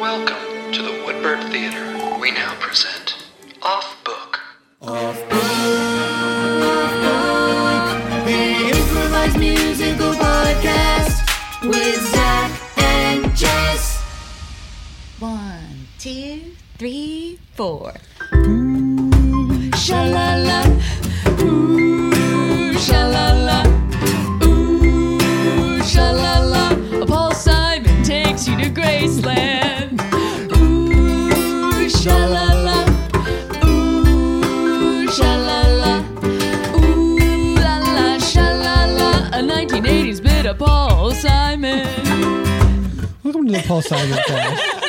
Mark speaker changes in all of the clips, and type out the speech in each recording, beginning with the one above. Speaker 1: Welcome to the Woodbird Theater. We now present Off Book.
Speaker 2: The improvised musical podcast with Zach and Jess. One, two, three, four. Ooh, sha-la-la. Ooh, sha-la-la. Ooh, sha-la-la. Paul Simon takes you to Graceland. Ooh, sha-la-la. Ooh, sha-la-la. Ooh la la, sha la la, a 1980s bit of Paul Simon.
Speaker 3: Welcome to the Paul Simon Cast.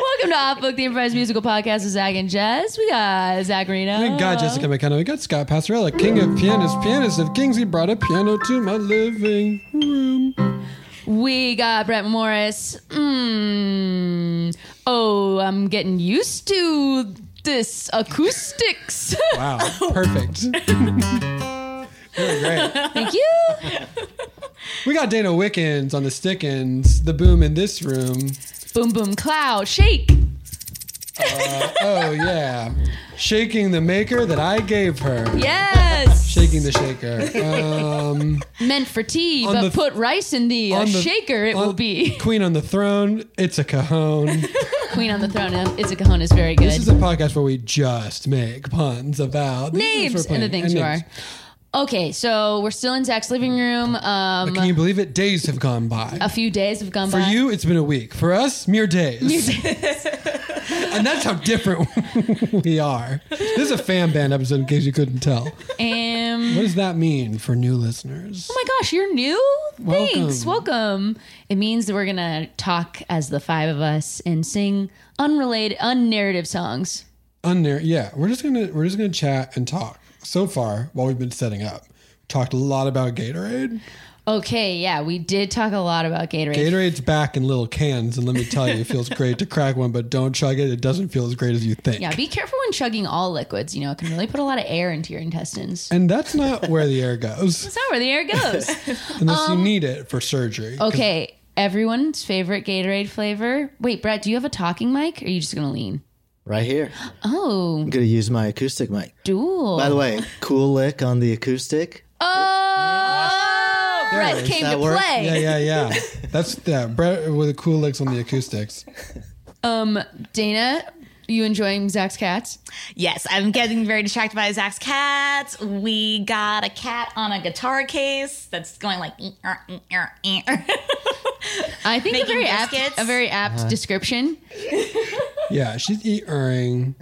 Speaker 2: Welcome to Off Book, the improvised musical podcast with Zach and Jess. We got Zach Reno.
Speaker 3: Thank God, Jessica McKenna. We got Scott Passarella, king of pianists, pianist of kings. He brought a piano to my living room.
Speaker 2: We got Brett Morris. Mm. Oh, I'm getting used to this acoustics.
Speaker 3: Wow,
Speaker 2: Oh.
Speaker 3: perfect. Really great.
Speaker 2: Thank you.
Speaker 3: We got Dana Wickens on the Stickins, the boom in this room.
Speaker 2: boom, boom, cloud, shake.
Speaker 3: Oh yeah, shaking the maker that I gave her.
Speaker 2: Yes.
Speaker 3: Shaking the shaker. Um,
Speaker 2: Meant for tea,
Speaker 3: On
Speaker 2: but
Speaker 3: the-
Speaker 2: put rice in the, uh,
Speaker 3: on the-
Speaker 2: shaker, it
Speaker 3: on-
Speaker 2: will be.
Speaker 3: Queen on the throne. It's a cajon.
Speaker 2: Queen on the throne. um, It's a cojones. Very good.
Speaker 3: This is a podcast where we just make puns about these
Speaker 2: names
Speaker 3: we're
Speaker 2: and the
Speaker 3: playing.
Speaker 2: things
Speaker 3: And
Speaker 2: you
Speaker 3: names.
Speaker 2: are. Okay, so we're still in Zach's living room. Um,
Speaker 3: Can you believe it? Days have gone by.
Speaker 2: a few days have gone
Speaker 3: For
Speaker 2: by.
Speaker 3: you, it's been a week. For us, mere days. and that's how different we are. This is a fan band episode, in case you couldn't tell.
Speaker 2: Um,
Speaker 3: What does that mean for new listeners?
Speaker 2: oh my gosh, you're new. Thanks, welcome. It means that we're gonna talk as the five of us and sing unrelated, unnarrative songs.
Speaker 3: Unnar- yeah, we're just gonna we're just gonna chat and talk. So far, while we've been setting up, talked a lot about Gatorade.
Speaker 2: Okay, yeah, we did talk a lot about Gatorade.
Speaker 3: Gatorade's back in little cans, and let me tell you, it feels great to crack one, but don't chug it. It doesn't feel as great as you think.
Speaker 2: yeah, be careful when chugging all liquids. You know, it can really put a lot of air into your intestines.
Speaker 3: and that's not where the air goes,
Speaker 2: That's not where the air goes.
Speaker 3: unless you need it for surgery. 'Cause
Speaker 2: Okay, everyone's favorite Gatorade flavor. Wait, Brett, do you have a talking mic? Or are you just gonna lean?
Speaker 4: Right here.
Speaker 2: Oh,
Speaker 4: I'm going to use my acoustic mic.
Speaker 2: duel.
Speaker 4: By the way, cool lick on the acoustic.
Speaker 2: oh,
Speaker 3: it
Speaker 2: Brett
Speaker 3: is.
Speaker 2: came
Speaker 4: That
Speaker 2: to
Speaker 4: work?
Speaker 2: play.
Speaker 3: Yeah, yeah, yeah. That's yeah, Brett with the cool licks on the acoustics.
Speaker 2: Dana, you enjoying Zach's cats?
Speaker 5: Yes, I'm getting very distracted by Zach's cats. We got a cat on a guitar case that's going like. "Eh, er, eh, er, eh, er."
Speaker 2: I think a
Speaker 5: Making
Speaker 2: very apt,
Speaker 5: biscuits?
Speaker 2: a very apt
Speaker 6: Uh-huh.
Speaker 2: description.
Speaker 3: Yeah, she's eat earring.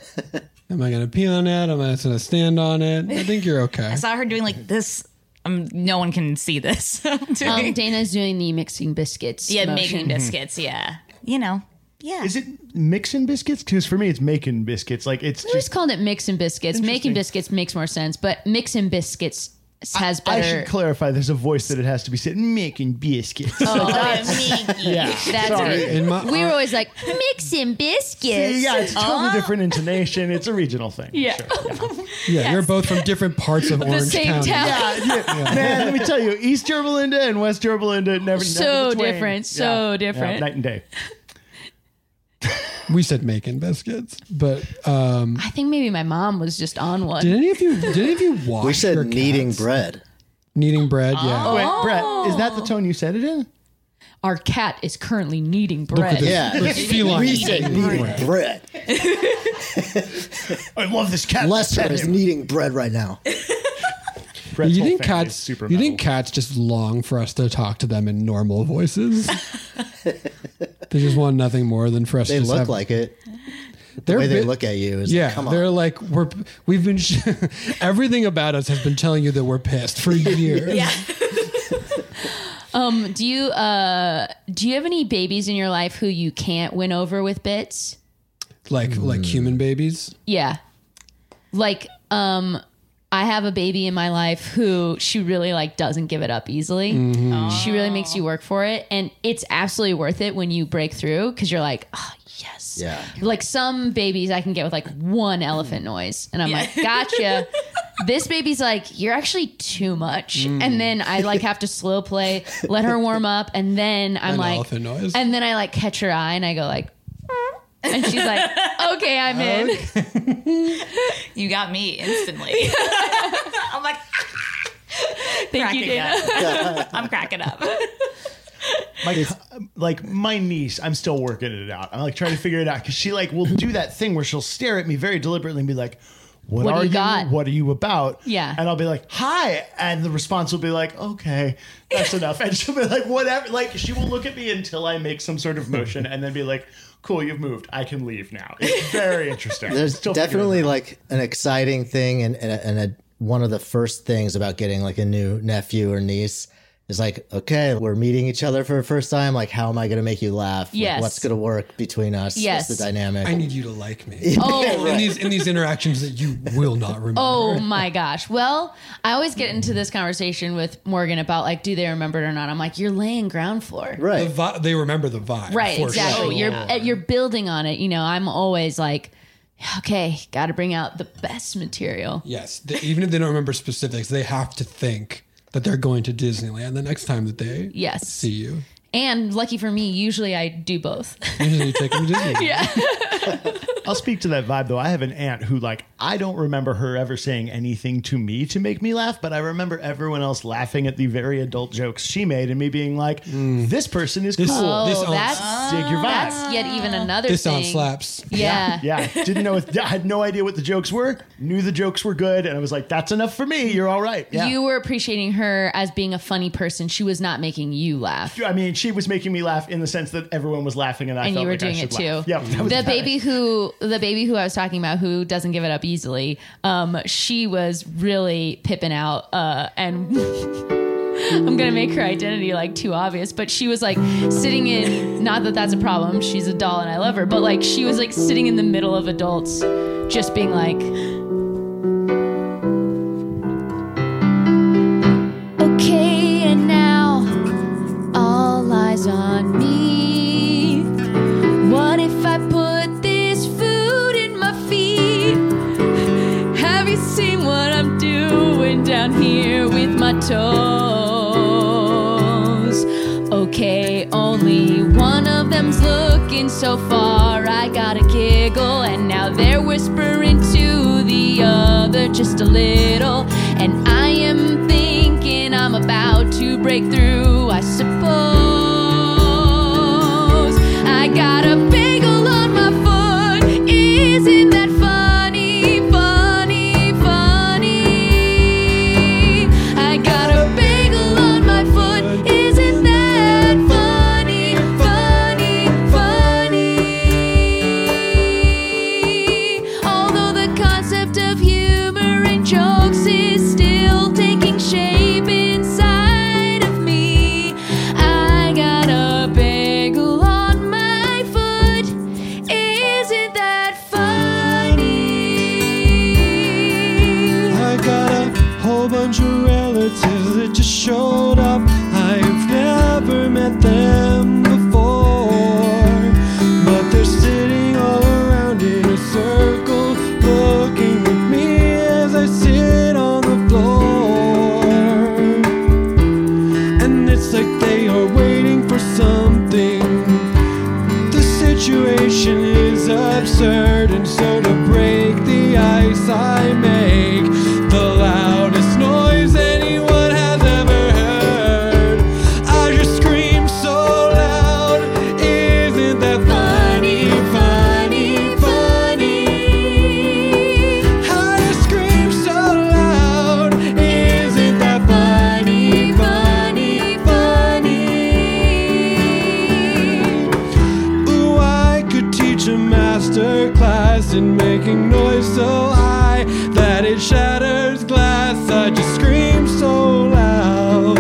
Speaker 3: Am I gonna pee on it? Am I just gonna stand on it? I think you're okay.
Speaker 5: I saw her doing like this. Um, no one can see this. I'm doing-
Speaker 2: Um, Dana's doing the mixing biscuits.
Speaker 5: yeah,
Speaker 2: motion.
Speaker 5: making biscuits. Yeah, you know. Yeah.
Speaker 6: Mm-hmm. Is it mixing biscuits? Because for me, it's making biscuits. Like it's
Speaker 2: I always
Speaker 6: just.
Speaker 2: called it mix and biscuits. Making biscuits makes more sense, but mix and biscuits has
Speaker 6: I
Speaker 2: better.
Speaker 6: should clarify. There's a voice that it has to be said. Making biscuits. yeah.
Speaker 2: that's good.
Speaker 3: In my
Speaker 2: We were always like mix and biscuits.
Speaker 6: uh, Yeah, it's a totally different intonation. It's a regional thing. Yeah. Sure. yeah.
Speaker 3: yeah, you're both from different parts of
Speaker 2: the
Speaker 3: Orange
Speaker 2: same
Speaker 3: County.
Speaker 2: town.
Speaker 5: Uh,
Speaker 6: Man, let me tell you, East Germalinda and West Germalinda never never
Speaker 2: So
Speaker 6: the twain.
Speaker 2: different, so different.
Speaker 6: night and day.
Speaker 3: We said making biscuits, but um,
Speaker 2: I think maybe my mom was just on one.
Speaker 3: did any of you did any of you watch?
Speaker 4: We said
Speaker 3: your
Speaker 4: kneading
Speaker 3: cats?
Speaker 4: bread.
Speaker 2: Oh.
Speaker 3: Kneading bread. Yeah.
Speaker 5: Oh.
Speaker 6: Wait, Brett, is that the tone you said it in?
Speaker 2: our cat is currently needing bread.
Speaker 3: this.
Speaker 4: Yeah.
Speaker 3: This feline.
Speaker 4: We say needing bread.
Speaker 6: I love this cat.
Speaker 4: Lester is needing bread right now.
Speaker 6: Brett's
Speaker 3: you
Speaker 6: whole
Speaker 3: think
Speaker 6: family is
Speaker 3: cats?
Speaker 6: Super
Speaker 3: you think
Speaker 6: metal.
Speaker 3: cats just long for us to talk to them in normal voices? they just want nothing more than for us.
Speaker 4: They
Speaker 3: to just
Speaker 4: look
Speaker 3: have-
Speaker 4: like it.
Speaker 3: they're
Speaker 4: The way they
Speaker 3: bit-
Speaker 4: look at you is
Speaker 3: Yeah,
Speaker 4: like, come
Speaker 3: they're
Speaker 4: on.
Speaker 3: like we're we've been sh- everything about us has been telling you that we're pissed for years. yeah.
Speaker 2: Um, do you uh, do you have any babies in your life who you can't win over with bits?
Speaker 3: Like like human babies.
Speaker 2: Yeah. Like, um, I have a baby in my life who she really like doesn't give it up easily.
Speaker 3: Mm-hmm.
Speaker 2: She really makes you work for it, and it's absolutely worth it when you break through because you're like, oh, yes.
Speaker 4: Yeah.
Speaker 2: Like some babies I can get with like one elephant
Speaker 3: Mm-hmm.
Speaker 2: noise, and I'm like, gotcha. this baby's like, you're actually too much,
Speaker 3: Mm.
Speaker 2: and then I like have to slow play, let her warm up, and then I'm
Speaker 3: An
Speaker 2: like,
Speaker 3: elephant noise.
Speaker 2: and then I like catch her eye, and I go like. And she's like, okay, I'm in.
Speaker 5: You got me instantly. I'm like, "Ah,
Speaker 2: Thank you,
Speaker 5: cracking
Speaker 2: Dana.
Speaker 5: up. I'm cracking up.
Speaker 6: my, like my niece, I'm still working it out. I'm like trying to figure it out because she like will do that thing where she'll stare at me very deliberately and be like, "What,
Speaker 2: What do
Speaker 6: are
Speaker 2: you
Speaker 6: you?
Speaker 2: got?"
Speaker 6: What are you about?"
Speaker 2: Yeah.
Speaker 6: and I'll be like, "Hi," and the response will be like, "Okay, that's enough." And she'll be like, "Whatever." Like she will look at me until I make some sort of motion and then be like, "Cool, you've moved. I can leave now." It's very interesting.
Speaker 4: There's
Speaker 6: Still figuring it
Speaker 4: definitely
Speaker 6: out.
Speaker 4: like an exciting thing, and and, a, and a, one of the first things about getting like a new nephew or niece is like, okay, we're meeting each other for the first time. Like, how am I going to make you laugh? Like,
Speaker 2: Yes.
Speaker 4: what's going to work between us?
Speaker 2: Yes.
Speaker 4: What's the dynamic?
Speaker 3: I need you to like me.
Speaker 2: Oh,
Speaker 3: In these in these interactions that you will not remember.
Speaker 2: oh my gosh. Well, I always get into this conversation with Morgan about like, do they remember it or not? I'm like, you're laying ground floor.
Speaker 3: The
Speaker 4: right.
Speaker 3: vi- they remember the vibe.
Speaker 2: Right,
Speaker 3: for
Speaker 2: exactly.
Speaker 3: sure.
Speaker 2: You're uh, you're building on it. You know, I'm always like, okay, got to bring out the best material.
Speaker 3: Yes, they, even if they don't remember specifics, they have to think that they're going to Disneyland the next time that they
Speaker 2: Yes.
Speaker 3: see you.
Speaker 2: And lucky for me, usually I do both.
Speaker 3: Usually you take them to Disneyland. yeah.
Speaker 6: I'll speak to that vibe though. I have an aunt who like I don't remember her ever saying anything to me to make me laugh, but I remember everyone else laughing at the very adult jokes she made and me being like, "This person is
Speaker 3: Mm. This,
Speaker 6: cool."
Speaker 3: this
Speaker 2: Oh,
Speaker 3: aunt,
Speaker 2: that's
Speaker 6: Dig your vibe.
Speaker 2: that's yet even another
Speaker 3: this
Speaker 2: thing.
Speaker 3: aunt slaps.
Speaker 2: Yeah.
Speaker 6: yeah, didn't know. If, I had no idea what the jokes were. Knew the jokes were good, and I was like, "That's enough for me. You're all right." Yeah.
Speaker 2: You were appreciating her as being a funny person. She was not making you laugh.
Speaker 6: I mean, she was making me laugh in the sense that everyone was laughing, and I
Speaker 2: and
Speaker 6: felt
Speaker 2: you were
Speaker 6: like I
Speaker 2: doing it
Speaker 6: should
Speaker 2: too.
Speaker 6: laugh. Yep, that was
Speaker 2: the
Speaker 6: bad.
Speaker 2: baby who the baby who I was talking about who doesn't give it up easily. Um, she was really pipping out, uh, and I'm gonna make her identity like too obvious, but she was like sitting in. Not that that's a problem. She's a doll, and I love her. But like she was like sitting in the middle of adults, just being like. Okay, and now all eyes on me. What if I put this food in my feet? Have you seen what I'm doing down here with my toes? Okay, only one of them's looking so far. I gotta giggle, and now they're whispering to the other just a little. And I am thinking I'm about to break through, I suppose. I got a bagel on my foot. Isn't that funny? Funny, funny. I got a bagel on my foot. Isn't that funny? Funny, funny. Although the concept of humor and jokes is still taking shape inside of me, I
Speaker 3: isn't making noise so high that it shatters glass. I just scream so loud.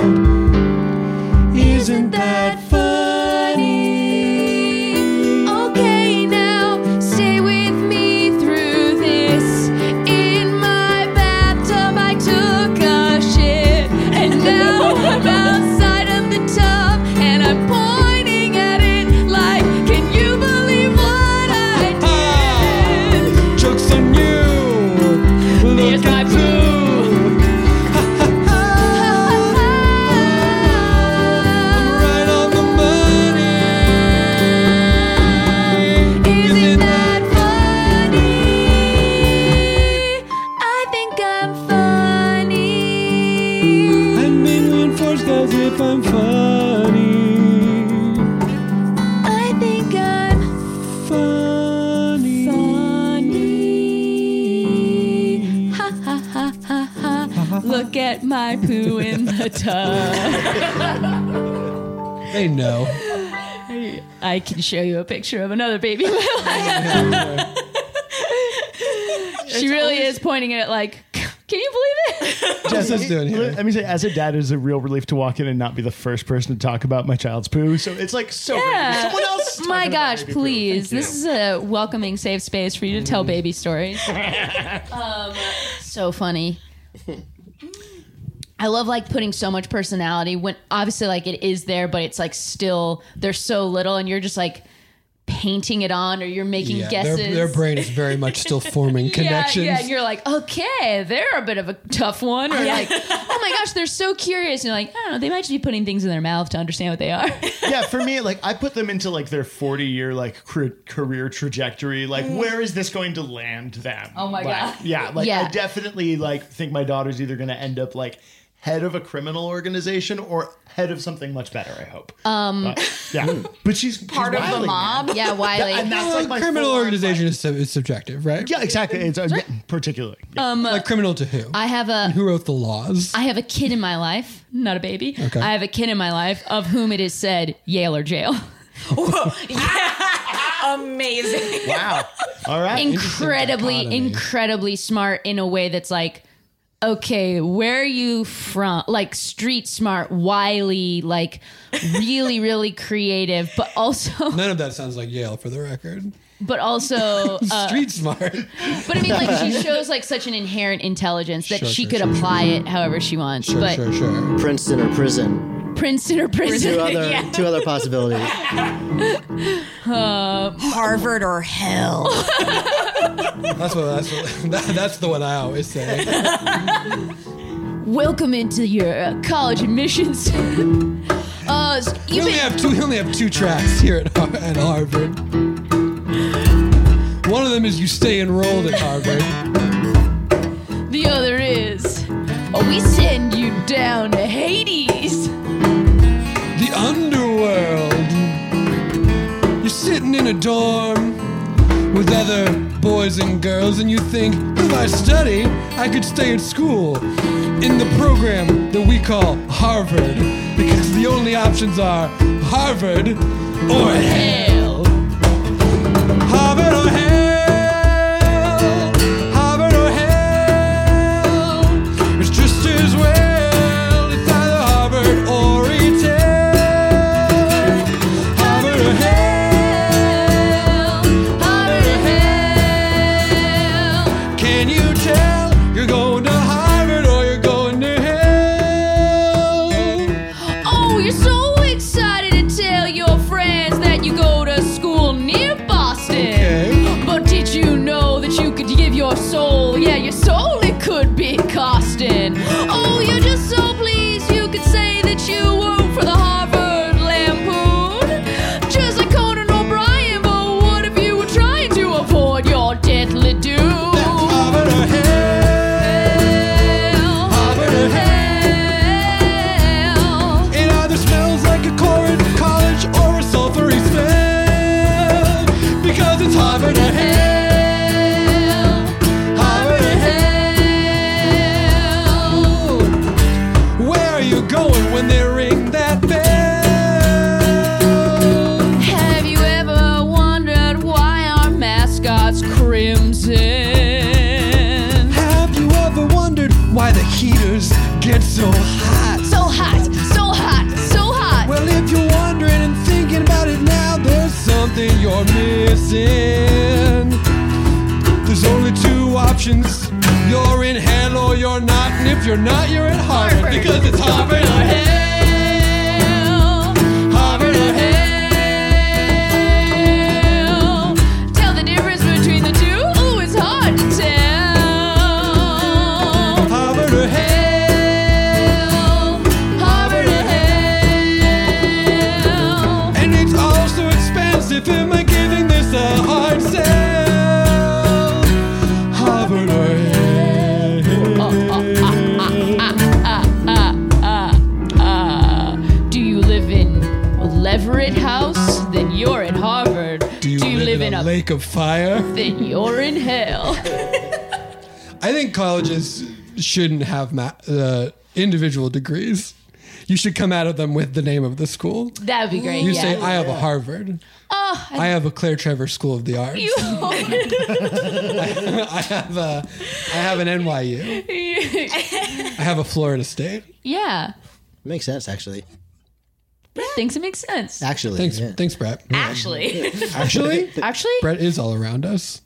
Speaker 3: Isn't that funny?
Speaker 2: Okay, now stay with me through this. In my bathtub, I took a shit, and now I'm outside of the tub, and I'm pointing at it like, can you believe what I did?
Speaker 3: Ah, Joke's on you.
Speaker 2: There's
Speaker 3: Look
Speaker 2: my
Speaker 3: at
Speaker 2: poo.
Speaker 3: you. Right on the money.
Speaker 2: Isn't that funny? I think I'm funny.
Speaker 3: I'm being reinforced as if I'm funny.
Speaker 2: I think I'm
Speaker 3: Funny.
Speaker 2: funny. Ha ha ha ha ha. Look at my poo in the tub.
Speaker 3: They know.
Speaker 2: I can show you a picture of another baby whale. she really is pointing at it like, can you believe it?
Speaker 6: Jess,
Speaker 3: What's this doing here?
Speaker 6: Let me say, as a dad, it is a real relief to walk in and not be the first person to talk about my child's poo. So it's like so. great.
Speaker 2: Yeah.
Speaker 6: Someone else. is
Speaker 2: My
Speaker 6: talking about
Speaker 2: gosh,
Speaker 6: baby poo.
Speaker 2: please.
Speaker 6: Thank you. Mm-hmm.
Speaker 2: This is a welcoming, safe space for you to tell baby stories. um, so funny. I love like putting so much personality when obviously like it is there, but it's like still there's so little, and you're just like painting it on, or you're making
Speaker 3: their,
Speaker 2: guesses.
Speaker 3: their brain is very much still forming
Speaker 2: yeah,
Speaker 3: connections.
Speaker 2: yeah, and you're like, okay, they're a bit of a tough one, or like, oh my gosh, they're so curious, and you're like, I don't know, they might just be putting things in their mouth to understand what they are.
Speaker 6: yeah, for me, like I put them into like their forty-year like cr- career trajectory. Like, where is this going to land them?
Speaker 2: Mm. Oh my
Speaker 6: Like,
Speaker 2: God.
Speaker 6: Yeah, like
Speaker 2: Yeah.
Speaker 6: I definitely like think my daughter's either going to end up like head of a criminal organization or head of something much better. I hope. Um. yeah, but she's
Speaker 5: Part of the mob.
Speaker 2: yeah, Wiley.
Speaker 6: and that's
Speaker 3: Well,
Speaker 6: like my
Speaker 3: criminal
Speaker 6: full-on,
Speaker 3: organization is, sub- is subjective, right?
Speaker 6: Yeah, exactly. It's uh, yeah, particularly. Yeah.
Speaker 3: Like criminal to who?
Speaker 2: I have a
Speaker 3: who wrote the laws?
Speaker 2: I have a kid in my life, not a baby. I have a kid in my life of whom it is said Yale or jail.
Speaker 5: Amazing.
Speaker 6: wow. All right.
Speaker 2: incredibly,
Speaker 3: dichotomy.
Speaker 2: incredibly smart in a way that's like, okay, where are you from? Like street smart, wily, like really, really creative, but also,
Speaker 3: None of that sounds like Yale, for the record.
Speaker 2: but also, uh,
Speaker 3: Street smart.
Speaker 2: but I mean, like she shows like such an inherent intelligence that
Speaker 3: Sure,
Speaker 2: she
Speaker 3: sure,
Speaker 2: could
Speaker 3: sure,
Speaker 2: apply it however she wants.
Speaker 3: Sure,
Speaker 2: but
Speaker 3: sure, sure.
Speaker 4: Princeton or prison.
Speaker 2: Princeton or
Speaker 4: Two
Speaker 2: prison,
Speaker 4: other two other possibilities.
Speaker 5: Harvard or hell.
Speaker 3: That's what. That's what. That, that's the one I always say.
Speaker 2: welcome into your uh, college admissions. Uh, s-
Speaker 3: We
Speaker 2: even
Speaker 3: only have two. We only have two tracks here at, Har- at Harvard. One of them is you stay enrolled at Harvard.
Speaker 2: The other is, oh, we send you down to Hades.
Speaker 3: The underworld. You're sitting in a dorm with other boys and girls, and you think, if I study, I could stay at school in the program that we call Harvard, because the only options are Harvard or hell. Harvard or hell, Harvard or hell. It's just as well. It's either Harvard or it's hell. Harvard or hell, Harvard or hell. Can you tell you're going to Harvard or you're going to hell?
Speaker 2: Oh, you're so excited to tell your friends that Oh,
Speaker 3: something you're missing. There's only two options. You're in hell or you're not. And if you're not, you're at Harvard. Because it's Harvard or hell. Harvard or hell.
Speaker 2: Tell the difference between the two. Oh, it's hard to tell.
Speaker 3: Harvard or hell.
Speaker 2: Harvard or hell.
Speaker 3: And it's also expensive. Am I giving this a hard sell? Harvard or hell.
Speaker 2: Uh, do you live in Leverett House? Then you're in Harvard.
Speaker 3: Do you, live, in, a lake of fire?
Speaker 2: Then you're in hell.
Speaker 3: I think colleges shouldn't have ma- uh, individual degrees. You should come out of them with the name of the school.
Speaker 2: That'd be great.
Speaker 3: You
Speaker 2: yeah.
Speaker 3: say,
Speaker 2: Oh,
Speaker 3: I have a Harvard. I have a Claire Trevor School of the Arts.
Speaker 2: You-
Speaker 3: I, have a, I have an NYU. I have a Florida State.
Speaker 2: yeah.
Speaker 4: Makes sense, actually.
Speaker 2: Thinks it makes sense.
Speaker 4: Actually,
Speaker 3: Thanks,
Speaker 4: yeah.
Speaker 3: thanks, Brett.
Speaker 5: Actually,
Speaker 3: Actually,
Speaker 2: Actually,
Speaker 3: Brett is all around us.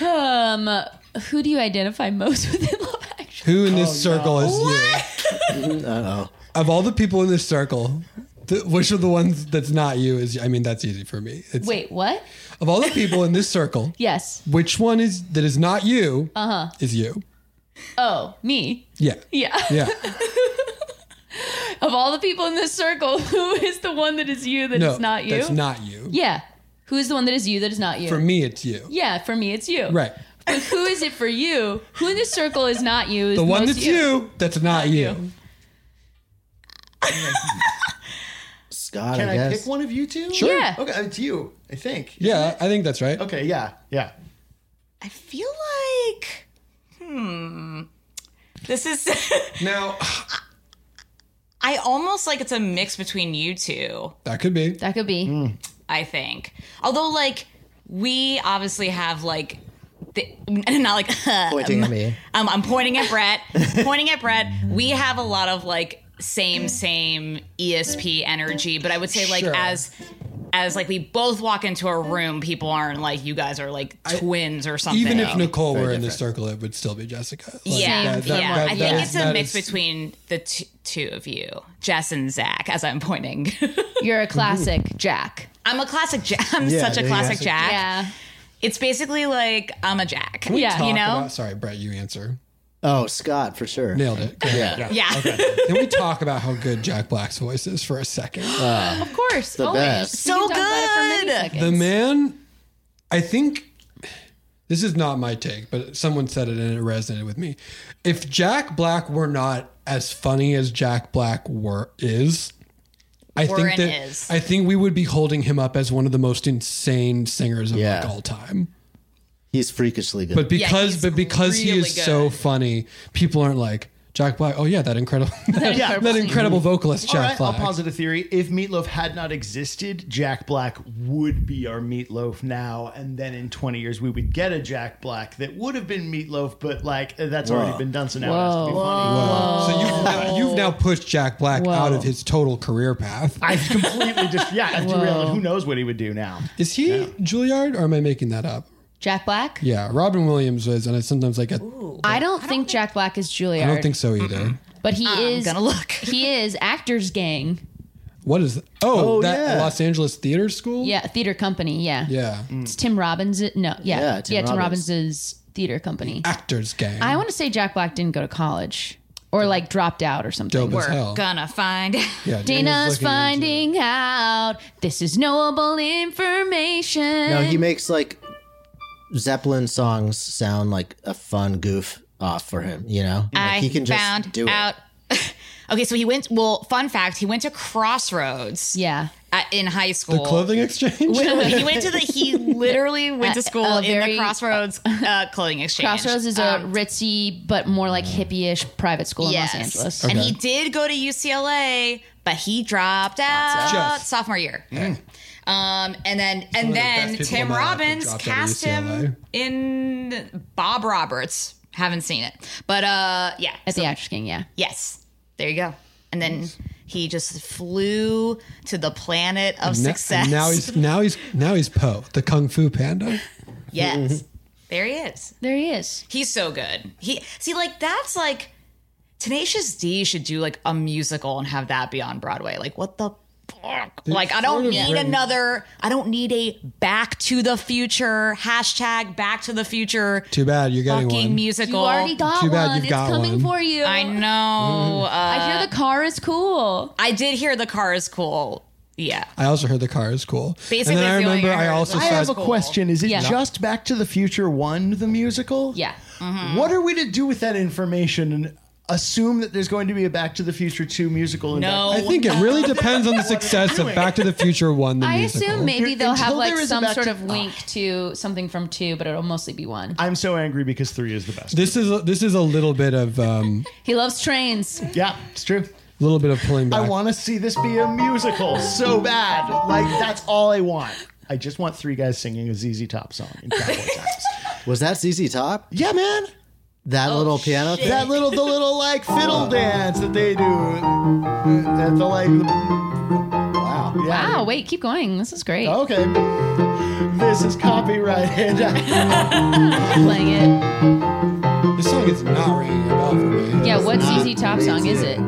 Speaker 2: um, who do you identify most with in Love Actually?
Speaker 3: Who in this
Speaker 2: Oh,
Speaker 3: circle is you? Of all the people in this circle, th- which of the ones that's not you is? I mean, that's easy for me. It's,
Speaker 2: Wait, what?
Speaker 3: Of all the people in this circle,
Speaker 2: Yes.
Speaker 3: which one is that is not you?
Speaker 2: Uh-huh.
Speaker 3: Uh huh. Is you?
Speaker 2: Oh, me.
Speaker 3: Yeah.
Speaker 2: Yeah.
Speaker 3: Yeah.
Speaker 2: Of all the people in this circle, who is the one that is you that
Speaker 3: no,
Speaker 2: is not you?
Speaker 3: That's not you.
Speaker 2: yeah. Who is the one that is you that is not you?
Speaker 3: For me, it's you.
Speaker 2: yeah, for me, it's you.
Speaker 3: Right.
Speaker 2: But who is it for you? Who in this circle is not you? Is
Speaker 3: The one
Speaker 2: most
Speaker 3: that's you, that's not, you.
Speaker 2: you.
Speaker 4: Scott,
Speaker 6: Can
Speaker 4: I,
Speaker 6: I,
Speaker 4: guess.
Speaker 6: pick one of you two?
Speaker 3: Sure.
Speaker 2: Yeah.
Speaker 6: Okay, it's you. I think.
Speaker 3: Yeah, I think that's right.
Speaker 6: Okay. Yeah. Yeah.
Speaker 5: I feel like, hmm, this is.
Speaker 3: Now
Speaker 5: I almost like it's a mix between you two.
Speaker 3: that could be.
Speaker 2: That could be.
Speaker 5: I think, although like we obviously have like. The, not like
Speaker 4: Pointing at me.
Speaker 5: Um, I'm pointing at Brett. pointing at Brett. We have a lot of like same same ESP energy, but I would say like
Speaker 3: Sure.
Speaker 5: as as like we both walk into a room, people aren't like you guys are like twins or something.
Speaker 3: Even if Nicole were in this circle, it would still be Jessica. Like,
Speaker 5: yeah,
Speaker 3: that- that-
Speaker 5: yeah.
Speaker 3: that-
Speaker 5: I
Speaker 3: that
Speaker 5: think
Speaker 3: is-
Speaker 5: it's a
Speaker 3: that
Speaker 5: mix
Speaker 3: is-
Speaker 5: between the t- two of you, Jess and Zach. As I'm pointing,
Speaker 2: You're a classic Jack.
Speaker 5: I'm a classic. Ja- I'm
Speaker 4: Yeah,
Speaker 5: such a
Speaker 4: yeah, yeah.
Speaker 5: classic Jack.
Speaker 2: Yeah.
Speaker 5: It's basically like I'm a Jack.
Speaker 3: We
Speaker 2: Yeah.
Speaker 3: talk
Speaker 5: you know?
Speaker 3: about- sorry, Brett, you answer.
Speaker 4: Oh, Scott, for sure.
Speaker 3: Nailed it. Go ahead.
Speaker 4: Yeah.
Speaker 5: Yeah.
Speaker 3: Can we talk about how good Jack Black's voice is for a second?
Speaker 2: Of course.
Speaker 4: The
Speaker 2: always.
Speaker 4: best.
Speaker 2: We can
Speaker 5: So
Speaker 2: talk about it for many
Speaker 5: good.
Speaker 2: seconds.
Speaker 3: The man, I think this is not my take, but someone said it and it resonated with me. If Jack Black were not as funny as Jack Black were is, I
Speaker 5: Were
Speaker 3: think
Speaker 5: and
Speaker 3: that
Speaker 5: is.
Speaker 3: I think we would be holding him up as one of the most insane singers of
Speaker 4: Yeah.
Speaker 3: like all time.
Speaker 4: He's freakishly good.
Speaker 3: But because
Speaker 5: he's
Speaker 3: but because he
Speaker 5: really
Speaker 3: is so funny, people aren't like Jack Black. Oh yeah, that incredible that,
Speaker 6: Yeah.
Speaker 3: that incredible vocalist
Speaker 6: All
Speaker 3: Jack
Speaker 6: right, I'll
Speaker 3: Black.
Speaker 6: posit a theory. If Meatloaf had not existed, Jack Black would be our Meatloaf now, and then in 20 years we would get a Jack Black that would have been Meatloaf, but like that's already been done, so now it has to be funny.
Speaker 3: So you've now, you've now pushed Jack Black out of his total career path.
Speaker 6: I've completely just yeah, I've derailed. it. Who knows what he would do now?
Speaker 3: Is he Juilliard or am I making that up?
Speaker 2: Jack Black?
Speaker 3: Yeah, Robin Williams was, and I sometimes like I
Speaker 2: I don't think Jack Black is Juilliard.
Speaker 3: I don't think so either.
Speaker 2: But he is.
Speaker 5: gonna look.
Speaker 2: he is Actors Gang.
Speaker 3: What is that? Oh,
Speaker 4: Oh,
Speaker 3: that
Speaker 4: yeah.
Speaker 3: Los Angeles Theater School?
Speaker 2: Yeah, theater company. Yeah.
Speaker 3: Yeah.
Speaker 2: It's Tim Robbins. No. Yeah.
Speaker 4: Yeah, Tim
Speaker 2: Tim
Speaker 4: Robbins.
Speaker 2: Robbins's theater company.
Speaker 3: Actors gang.
Speaker 2: I want to say Jack Black didn't go to college or like dropped out or something.
Speaker 3: Dope as
Speaker 5: We're
Speaker 3: hell.
Speaker 5: gonna find out.
Speaker 3: Yeah,
Speaker 2: Dana's
Speaker 3: Dana's looking into it.
Speaker 2: finding out this is knowable information.
Speaker 4: no, he makes like Zeppelin songs sound like a fun goof off for him, you know? Like,
Speaker 5: I
Speaker 4: he can just
Speaker 5: found
Speaker 4: do it.
Speaker 5: out. okay, so he went. Well, fun fact: he went to Crossroads
Speaker 2: yeah.
Speaker 5: at, in high school.
Speaker 3: the clothing exchange.
Speaker 5: he went to the. He literally went to
Speaker 2: At
Speaker 5: school
Speaker 2: a
Speaker 5: in
Speaker 2: very-
Speaker 5: the Crossroads uh, clothing exchange.
Speaker 2: Crossroads is a ritzy but more like hippie-ish private school
Speaker 5: yes,
Speaker 2: in Los Angeles.
Speaker 5: and he did go to UCLA, but he dropped out
Speaker 3: Just- Mm.
Speaker 5: sophomore year. Um, and then
Speaker 3: of
Speaker 5: and
Speaker 3: the best
Speaker 5: then
Speaker 3: people
Speaker 5: Tim
Speaker 3: in my life that
Speaker 5: Robbins
Speaker 3: dropped out of
Speaker 5: cast
Speaker 3: UCLA.
Speaker 5: him in Bob Roberts. Haven't seen it, but uh, yeah,
Speaker 2: at the Actors Gang, yeah.
Speaker 5: Yes. There you go. And then He just flew to the planet of
Speaker 3: Now-
Speaker 5: success.
Speaker 3: Now he's now he's now he's Poe, the Kung Fu Panda.
Speaker 5: yes, there he is.
Speaker 2: There he is.
Speaker 5: He's so good. He see like that's like Tenacious D should do like a musical and have that be on Broadway. Like what the fuck? like I
Speaker 3: sort
Speaker 5: don't
Speaker 3: of
Speaker 5: need
Speaker 3: written-
Speaker 5: another. I don't need a Back to the Future hashtag Back to the Future
Speaker 3: Too bad you're getting
Speaker 5: fucking
Speaker 3: one.
Speaker 5: musical.
Speaker 2: You already got
Speaker 3: Too bad
Speaker 2: one.
Speaker 3: you've
Speaker 2: it's
Speaker 3: got
Speaker 2: coming
Speaker 3: one.
Speaker 2: for you.
Speaker 5: I know. Uh,
Speaker 2: I hear the car is cool.
Speaker 5: I did hear the car is cool. Yeah.
Speaker 3: I also heard the car is cool.
Speaker 5: Basically,
Speaker 3: and then I
Speaker 5: the only
Speaker 3: remember
Speaker 5: I
Speaker 3: I
Speaker 5: heard was
Speaker 3: also
Speaker 5: that-
Speaker 6: I have a
Speaker 3: said
Speaker 5: cool.
Speaker 6: question. Is it
Speaker 2: Yeah.
Speaker 6: just Back to the Future 1, the musical?
Speaker 2: Yeah.
Speaker 6: What are we to do with that information and assume that there's going to be a Back to the Future 2 musical? and
Speaker 5: No.
Speaker 6: Back-
Speaker 3: I think it really depends on the success of Back to the Future One. The
Speaker 2: I
Speaker 3: musical.
Speaker 2: assume maybe
Speaker 6: You're-
Speaker 2: they'll have
Speaker 6: until
Speaker 2: like
Speaker 6: there is a
Speaker 2: some
Speaker 6: back
Speaker 2: sort
Speaker 6: to-
Speaker 2: of link to something from two, but it'll mostly be one.
Speaker 6: I'm so angry because 3 is the best.
Speaker 3: this is a, this is a little bit of um,
Speaker 2: He loves trains.
Speaker 6: yeah, it's true.
Speaker 3: a little bit of pulling back.
Speaker 6: I want to see this be a musical so bad. Like, that's all I want. I just want three guys singing a ZZ Top song in cowboy times.
Speaker 4: Was that ZZ Top?
Speaker 6: Yeah, man.
Speaker 4: That
Speaker 5: Oh,
Speaker 4: little piano thing?
Speaker 6: That little, the little like fiddle dance that they do. That the like. Wow. Yeah.
Speaker 2: Wow, Oh, wait, keep going. This is great.
Speaker 3: Oh.
Speaker 6: Okay. This is copyrighted.
Speaker 2: I'm playing it.
Speaker 3: this song is not ringing a bell for me.
Speaker 2: Yeah, what's Easy Top song is it?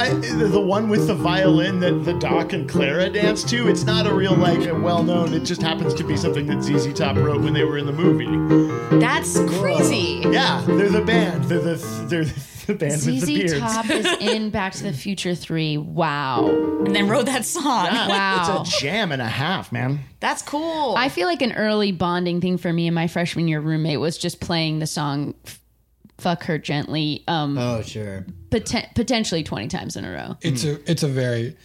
Speaker 6: I, the the one with the violin that the Doc and Clara dance to. It's not a real like well known. It just happens to be something that ZZ Top wrote when they were in the movie.
Speaker 5: That's crazy.
Speaker 6: Yeah, they're the band. They're the they're the band with the
Speaker 2: ZZ
Speaker 6: beards.
Speaker 2: Top is in Back to the Future 3. Wow.
Speaker 5: And then wrote that song.
Speaker 2: Wow.
Speaker 6: It's a jam and a half, man.
Speaker 5: That's cool.
Speaker 2: I feel like an early bonding thing for me and my freshman year roommate was just playing the song F- Fuck Her Gently um,
Speaker 4: Oh, sure.
Speaker 2: poten- potentially 20 times in a row.
Speaker 3: It's a it's a very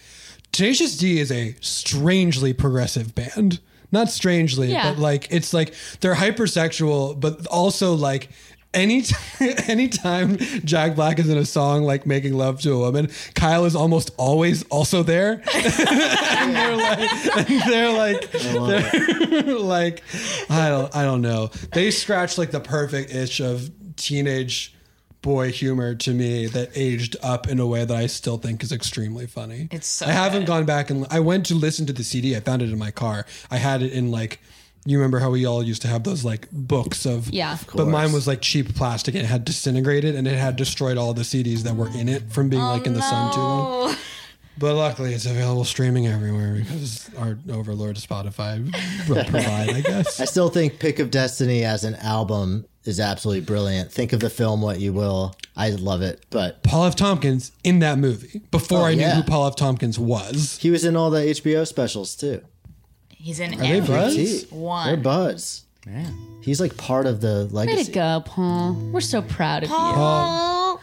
Speaker 3: Tenacious D is a strangely progressive band. Not strangely,
Speaker 2: Yeah.
Speaker 3: but like it's like they're hypersexual, but also like any anytime Jack Black is in a song like making love to a woman, Kyle is almost always also there. and they're like and they're like they're like I don't I don't know. They scratch like the perfect itch of teenage boy humor to me that aged up in a way that I still think is extremely funny. It's
Speaker 5: so
Speaker 3: I haven't gone back and I went to listen to the CD. I found it in my car. I had it in like you remember how we all used to have those like books of
Speaker 2: Yeah. Of
Speaker 3: but mine was like cheap plastic and it had disintegrated and it had destroyed all the CDs that were in it from being like in the sun too long.
Speaker 2: Oh,
Speaker 3: But luckily, it's available streaming everywhere because our overlord Spotify will provide, I guess.
Speaker 4: I still think Pick of Destiny as an album is absolutely brilliant. Think of the film what you will. I love it, but
Speaker 3: Paul F. Tompkins in that movie before I knew
Speaker 4: Oh, yeah.
Speaker 3: who Paul F. Tompkins was.
Speaker 4: he was in all the HBO specials too.
Speaker 5: He's in
Speaker 3: Hey,
Speaker 5: every
Speaker 3: Buzz?
Speaker 4: He- They're
Speaker 5: one.
Speaker 4: buds. He's like part of the
Speaker 2: Way
Speaker 4: legacy.
Speaker 2: to go, Paul. We're so proud of you.
Speaker 5: Oh,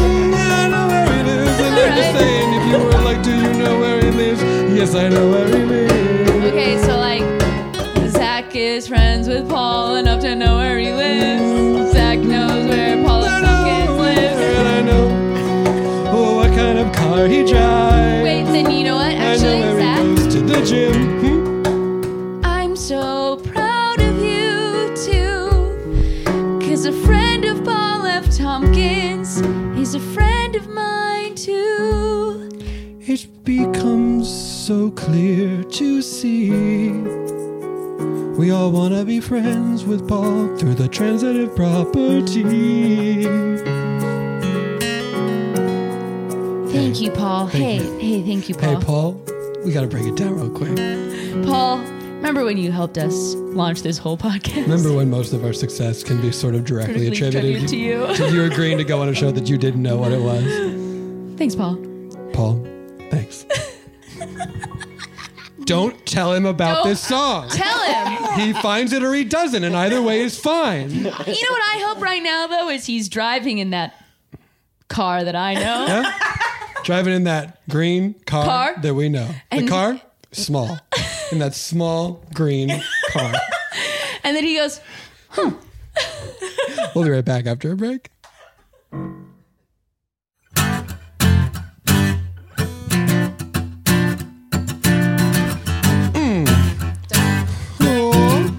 Speaker 3: I know where he lives and everything. If you were like, do you know where he lives? Yes, I know where he lives.
Speaker 2: Okay, so like Zach is friends with Paul enough to know where he lives. Zach knows where Paul
Speaker 3: I
Speaker 2: and
Speaker 3: know
Speaker 2: Tompkins
Speaker 3: where
Speaker 2: lives.
Speaker 3: and I know oh, what kind of car he drives.
Speaker 2: Wait, then you know what?
Speaker 3: I know
Speaker 2: Actually,
Speaker 3: where he
Speaker 2: Zach,
Speaker 3: goes to the gym. Hmm?
Speaker 2: I'm so proud of you too. Cause a friend of Paul F. Tompkins is a friend of mine too.
Speaker 3: It becomes so clear to see. We all want to be friends with Paul through the transitive property.
Speaker 2: Thank you, Paul. hey, hey, thank you,
Speaker 3: Hey,
Speaker 2: Paul.
Speaker 3: Paul, we got to break it down real quick.
Speaker 2: Paul, remember when you helped us launch this whole podcast?
Speaker 3: Remember when most of our success can be sort of directly
Speaker 2: Directly
Speaker 3: attributed
Speaker 2: attributed to you.
Speaker 3: to you agreeing to go on a show that you didn't know what it was?
Speaker 2: Thanks, Paul.
Speaker 3: Paul, thanks. Don't tell him about
Speaker 2: Don't
Speaker 3: this song.
Speaker 2: Tell him.
Speaker 3: he finds it or he doesn't, and either way is fine.
Speaker 2: You know what I hope right now though is he's driving in that car that I know.
Speaker 3: Driving in that green car,
Speaker 2: Car?
Speaker 3: that we know. the
Speaker 2: And-
Speaker 3: car, small. in that small green car.
Speaker 2: And then he goes,
Speaker 3: We'll be right back after a break. Mm. Oh,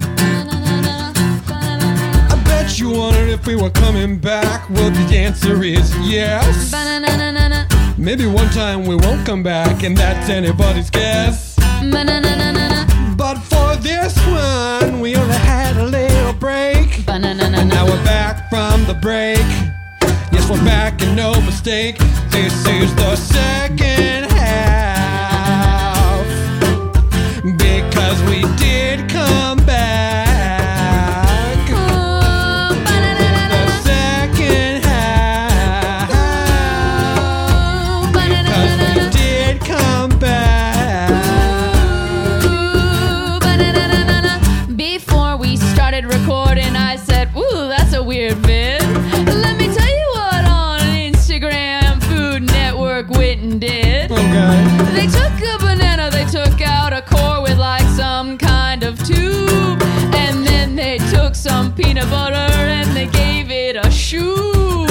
Speaker 3: I bet you wondered if we were coming back. Well, the answer is yes.
Speaker 2: "Ba-na-na-na-na-na,
Speaker 3: Maybe one time we won't come back, and that's anybody's guess.
Speaker 2: ba-na-na-na-na-na,
Speaker 3: But for this one, we only had a little break.
Speaker 2: ba-na-na-na-na."
Speaker 3: Now we're back from the break. Yes, we're back and no mistake. This is the second half. Because we did come
Speaker 2: They took some peanut butter and they gave it a shoe.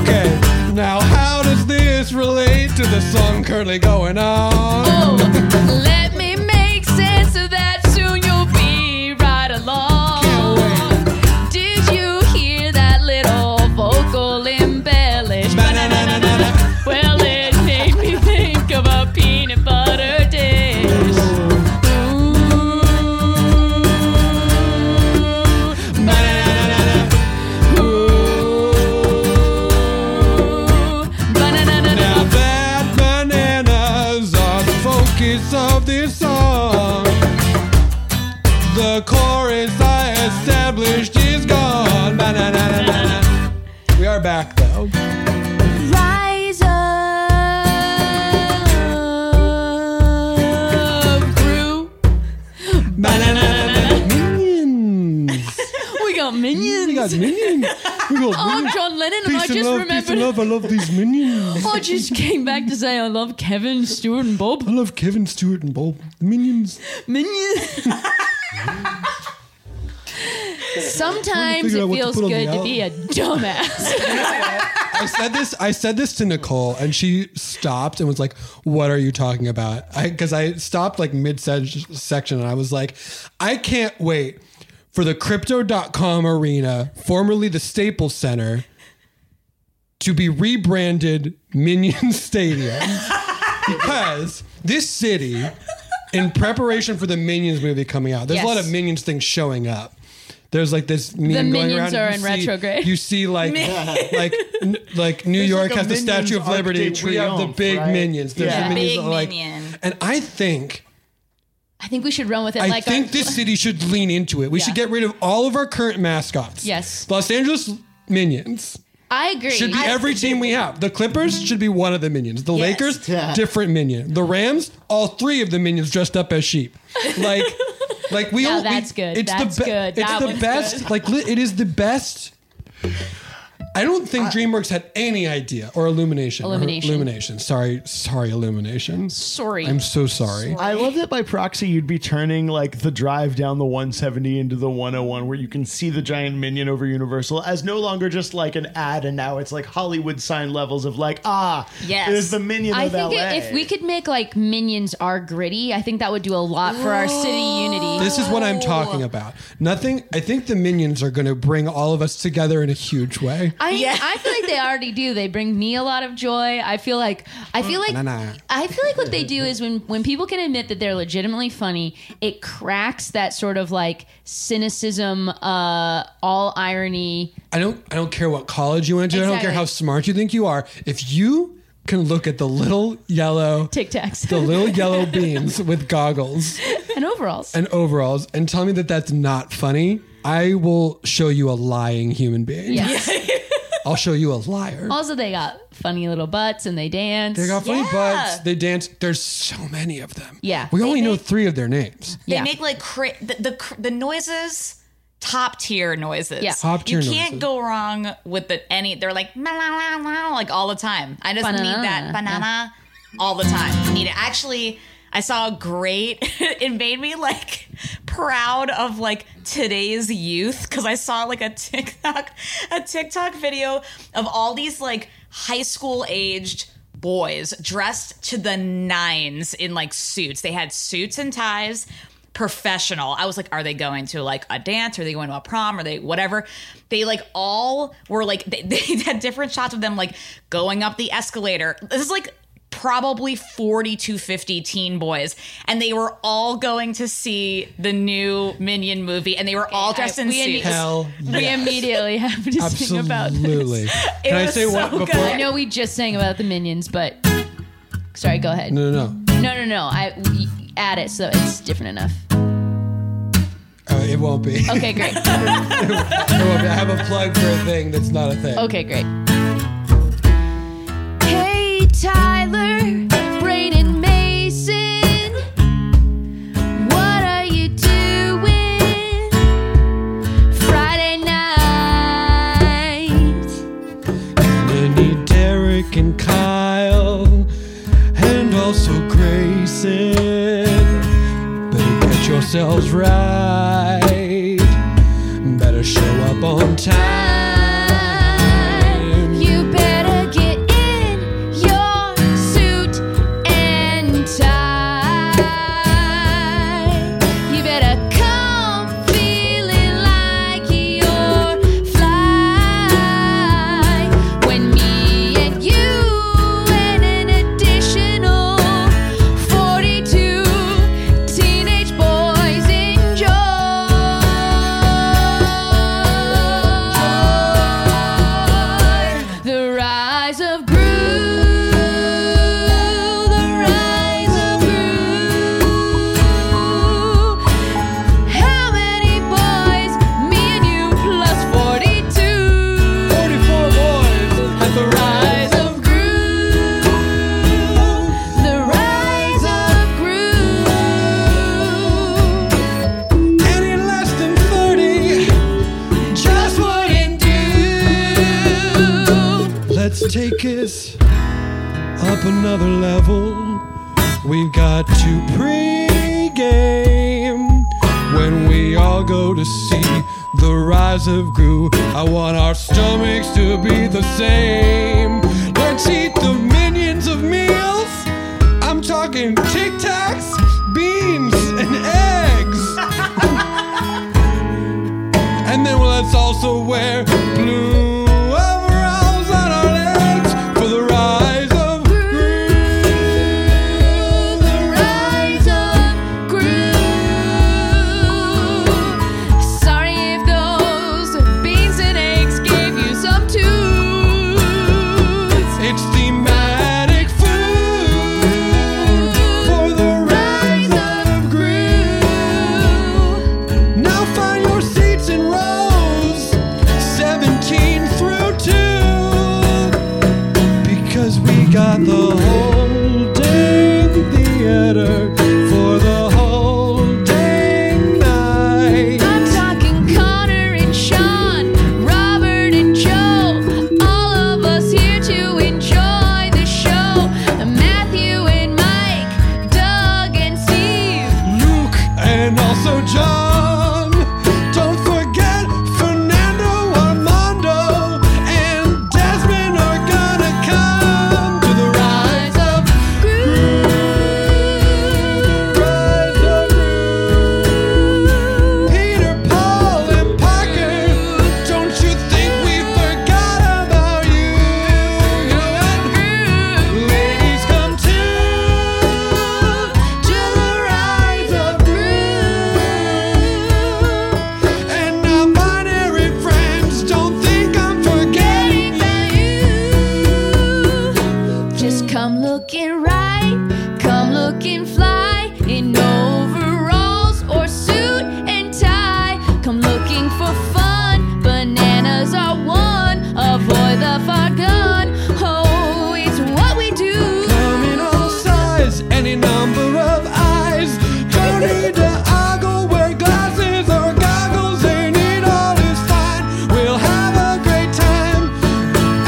Speaker 3: Okay, now how does this relate to the song currently going on?
Speaker 2: Oh, let me make sense of that. Soon you'll be right along. Did you hear that little vocal embellishment?
Speaker 3: Ba-na-na-na-na-na.
Speaker 2: Well, it made me think of a peanut butter dish. Ooh.
Speaker 3: Ba-na-na-na-na.
Speaker 2: Ooh. Ba-na-na-na-na.
Speaker 3: Now that bananas are the focus of this song, the chorus I established is gone. Ba-na-na-na-na-na. We are back though.
Speaker 2: Rise up, crew.
Speaker 3: Ba-na-na-na-na. Minions.
Speaker 2: We got
Speaker 3: We got
Speaker 2: minions. Oh,
Speaker 3: minions. We got
Speaker 2: I'm
Speaker 3: minions.
Speaker 2: John Lennon, and Oh, I
Speaker 3: Peace and love, peace and
Speaker 2: just remembered.
Speaker 3: love. I love these minions.
Speaker 2: I just came back to say I love Kevin, Stewart, and
Speaker 3: I
Speaker 2: Bob.
Speaker 3: love Kevin Stewart and Bob. The minions.
Speaker 2: Minions. Sometimes
Speaker 3: Figure out
Speaker 2: it
Speaker 3: what to
Speaker 2: feels
Speaker 3: put on
Speaker 2: good
Speaker 3: the
Speaker 2: to be a dumbass.
Speaker 3: I said this. I said this to Nicole, and she stopped and was like, "What are you talking about?" Because I, stopped like mid section, and I was like, "I can't wait for the Crypto.com arena, formerly the Staples Center, to be rebranded Minion Stadium, because this city, in preparation for the Minions movie coming out, there's a lot
Speaker 2: Yes.
Speaker 3: of Minions things showing up." There's like this meme going
Speaker 2: Minions
Speaker 3: around.
Speaker 2: are
Speaker 3: and
Speaker 2: in
Speaker 3: you see-
Speaker 2: retrograde.
Speaker 3: You see like like n- like New
Speaker 6: There's
Speaker 3: York
Speaker 6: like a
Speaker 3: has the
Speaker 6: Minions
Speaker 3: Statue of
Speaker 6: Arc de
Speaker 3: Liberty. We have the
Speaker 6: Triomphe,
Speaker 3: big
Speaker 6: right?
Speaker 3: minions. There's
Speaker 6: Yeah.
Speaker 3: the minions
Speaker 5: Big
Speaker 3: that are like,
Speaker 5: minion.
Speaker 3: and I think
Speaker 2: I think we should run with it.
Speaker 3: I
Speaker 2: like
Speaker 3: think
Speaker 2: our,
Speaker 3: this city should lean into it. We should
Speaker 2: Yeah.
Speaker 3: get rid of all of our current mascots.
Speaker 2: Yes.
Speaker 3: Los Angeles minions
Speaker 2: I agree.
Speaker 3: should be every team we have. The Clippers should be one of the minions. The
Speaker 5: Yes.
Speaker 3: Lakers, different minion. The Rams, all three of the minions dressed up as sheep. Like, like we
Speaker 2: Now
Speaker 3: all. we-
Speaker 2: that's good.
Speaker 3: It's
Speaker 2: That's
Speaker 3: the
Speaker 2: good.
Speaker 3: It's
Speaker 2: That
Speaker 3: the
Speaker 2: one's
Speaker 3: best. Like li- it is the best. I don't think DreamWorks had any idea or Illumination. or
Speaker 2: Illumination.
Speaker 3: Illumination. Sorry, sorry, Illumination.
Speaker 2: Sorry.
Speaker 3: I'm so sorry.
Speaker 6: I love that by proxy you'd be turning like the drive down the 170 into the 101 where you can see the giant minion over Universal as no longer just like an ad and now it's like Hollywood sign levels of like ah
Speaker 5: Yes.
Speaker 6: it is the minion
Speaker 2: I
Speaker 6: of
Speaker 2: think
Speaker 6: LA.
Speaker 2: if we could make like minions are gritty, I think that would do a lot for our city unity.
Speaker 3: This is what I'm talking about. Nothing. I think the minions are going to bring all of us together in a huge way.
Speaker 2: I, I feel like they already do. They bring me a lot of joy. I feel like I feel like
Speaker 3: Banana.
Speaker 2: I feel like what they do is when when people can admit that they're legitimately funny, it cracks that sort of like cynicism, uh, all irony.
Speaker 3: I don't I don't care what college you went to. I don't care
Speaker 2: Exactly.
Speaker 3: how smart you think you are. If you can look at the little yellow
Speaker 2: Tic Tacs
Speaker 3: the little yellow beans with goggles
Speaker 2: and overalls.
Speaker 3: and overalls and tell me that that's not funny, I will show you a lying human being.
Speaker 2: Yes.
Speaker 3: I'll show you a liar.
Speaker 2: Also, they got funny little butts and they dance.
Speaker 3: they got funny
Speaker 5: Yeah.
Speaker 3: butts. They dance. There's so many of them.
Speaker 2: Yeah.
Speaker 3: We
Speaker 2: They
Speaker 3: only know
Speaker 5: make-
Speaker 3: three of their names.
Speaker 5: They
Speaker 2: Yeah.
Speaker 5: make like cra- the, the cr- the noises, top tier noises.
Speaker 2: Yeah.
Speaker 3: Top-tier
Speaker 5: You can't
Speaker 3: noises.
Speaker 5: go wrong with the any. They're like "Ma, la, la, la," like all the time. I just need
Speaker 2: Banana.
Speaker 5: that banana all the time. Need it. Actually, I saw a great. it made me like proud of like today's youth because I saw like a TikTok a TikTok video of all these like high school aged boys dressed to the nines in like suits. They had suits and ties professional. I was like, are they going to like a dance? Are they going to a prom? Are they whatever? They like all were like, they, they had different shots of them like going up the escalator. This is like probably 40 to 50 teen boys. And they were all going to see the new Minion movie and they were all dressed in
Speaker 2: we need-
Speaker 5: suits.
Speaker 3: Hell
Speaker 2: we
Speaker 3: yes.
Speaker 2: immediately have to sing about this.
Speaker 3: Absolutely.
Speaker 5: It
Speaker 3: Can I
Speaker 5: was
Speaker 3: say
Speaker 5: so
Speaker 3: what
Speaker 5: good.
Speaker 3: before?
Speaker 2: I know we just sang about the minions, but sorry, go ahead. No,
Speaker 3: No, no, no.
Speaker 2: no, no. I we add it so it's different enough.
Speaker 3: Uh, it won't be.
Speaker 2: Okay, great.
Speaker 3: It won't be. I have a plug for a thing that's not a thing.
Speaker 2: Okay, great. Hey, Tyler, Brayden Mason. What are you doing Friday night?
Speaker 3: They need Derek and Kyle and also Grayson. Better get yourselves right. show up on time.
Speaker 2: You better get in your suit and tie. You better come feeling like you're fly. When me and you and an additional 42 teenage boys enjoy the rise of brew. The rise of brew. How many boys? Me and you plus 42.
Speaker 3: 44 boys at the rise.
Speaker 2: Rise of groove, the rise of groove.
Speaker 3: Any less than 30 just wouldn't do. Let's take this up another level. We've got to pregame when we all go to see the rise of Gru. I want our stomachs to be the same. Let's eat the minions of meals. I'm talking Tic Tacs, beans, and eggs. And then let's also wear blue overalls on our legs for the rise of green.
Speaker 2: The rise of groove. Sorry if those beans and eggs gave you some toots.
Speaker 3: It's thematic food for the rise of green. Now find your seats in rows 17 through 2 because we got the whole dang theater for the whole dang night.
Speaker 2: I'm talking Connor and Sean, Robert and Joe, all of us here to enjoy the show. Matthew and Mike, Doug and Steve.
Speaker 3: Luke and also John. Don't forget Fernando Armando and Desmond are gonna come to the rise of
Speaker 2: Groove.
Speaker 3: rise of Peter, Paul, and Parker. Don't you think we forgot about you? You know what? Ladies come too to the rise of groove. And our binary friends don't think I'm forgetting that you.
Speaker 2: Just come looking right, come looking fly in overalls or suit and tie. Come looking for fun, bananas are one. Avoid the far gun. Oh, it's what we do.
Speaker 3: Come in all size, any number of eyes. Don't need to ogle, wear glasses or goggles. Ain't it all is fine. We'll have a great time.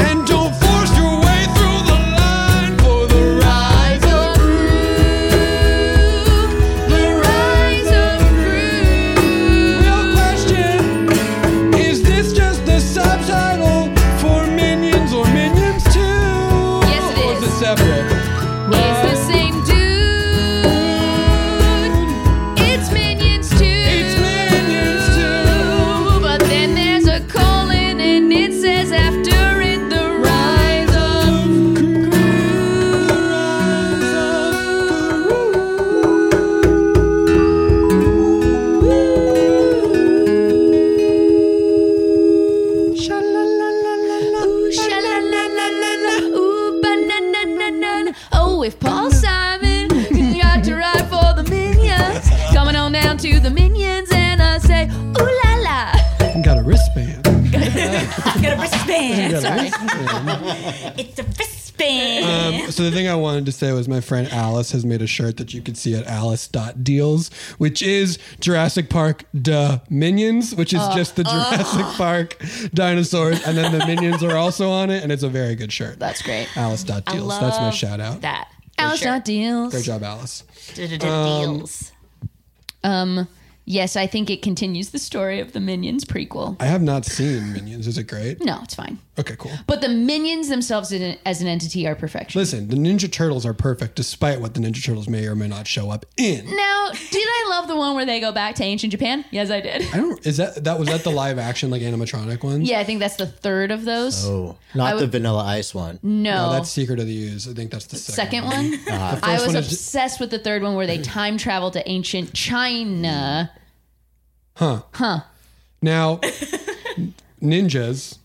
Speaker 3: And don't force your way through the line for the rise of groove. The rise of groove. Real question Is this just the subtitle for minions or minions too?
Speaker 2: Yes, it
Speaker 3: Or
Speaker 2: is.
Speaker 3: it separate?
Speaker 2: It's the same dude. It's Minions too.
Speaker 3: It's Minions too.
Speaker 2: But then there's a colon and it says after it the rise of Sha-la-la-la-la-la. Ooh, ba-na-na-na-na. Oh, if Paul Simon can got to ride for the minions, coming on down to the minions, and I say, ooh la la.
Speaker 3: Got a wristband.
Speaker 5: I got a wristband.
Speaker 3: Got a
Speaker 5: It's a wristband.
Speaker 3: Um, so the thing I wanted to say was my friend Alice has made a shirt that you can see at alice.deals, which is Jurassic Park Duh Minions, which is just the Jurassic Park dinosaurs, and then the minions are also on it, and it's a very good shirt.
Speaker 2: That's great.
Speaker 3: Uh, Alice.deals. That's my shout out.
Speaker 5: that.
Speaker 2: Alice not deals.
Speaker 3: Great job, Alice.
Speaker 5: Deals.
Speaker 2: Um, Yes, I think it continues the story of the Minions prequel.
Speaker 3: I have not seen Minions. Is it great?
Speaker 2: No, it's fine.
Speaker 3: Okay, cool.
Speaker 2: But the Minions themselves in- as an entity are perfection.
Speaker 3: Listen, the Ninja Turtles are perfect despite what the Ninja Turtles may or may not show up in.
Speaker 2: Now, did I love the one where they go back to ancient Japan? Yes, I did.
Speaker 3: I don't is that that was that the live action like animatronic one?
Speaker 2: Yeah, I think that's the third of those.
Speaker 4: Oh, not the Vanilla Ice one.
Speaker 2: no,
Speaker 3: No, that's Secret of the Use. I think that's the second,
Speaker 2: second one.
Speaker 3: The
Speaker 2: Uh, I
Speaker 3: first
Speaker 2: was
Speaker 3: one is-
Speaker 2: obsessed with the third one where they time travel to ancient China.
Speaker 3: Now, ninjas,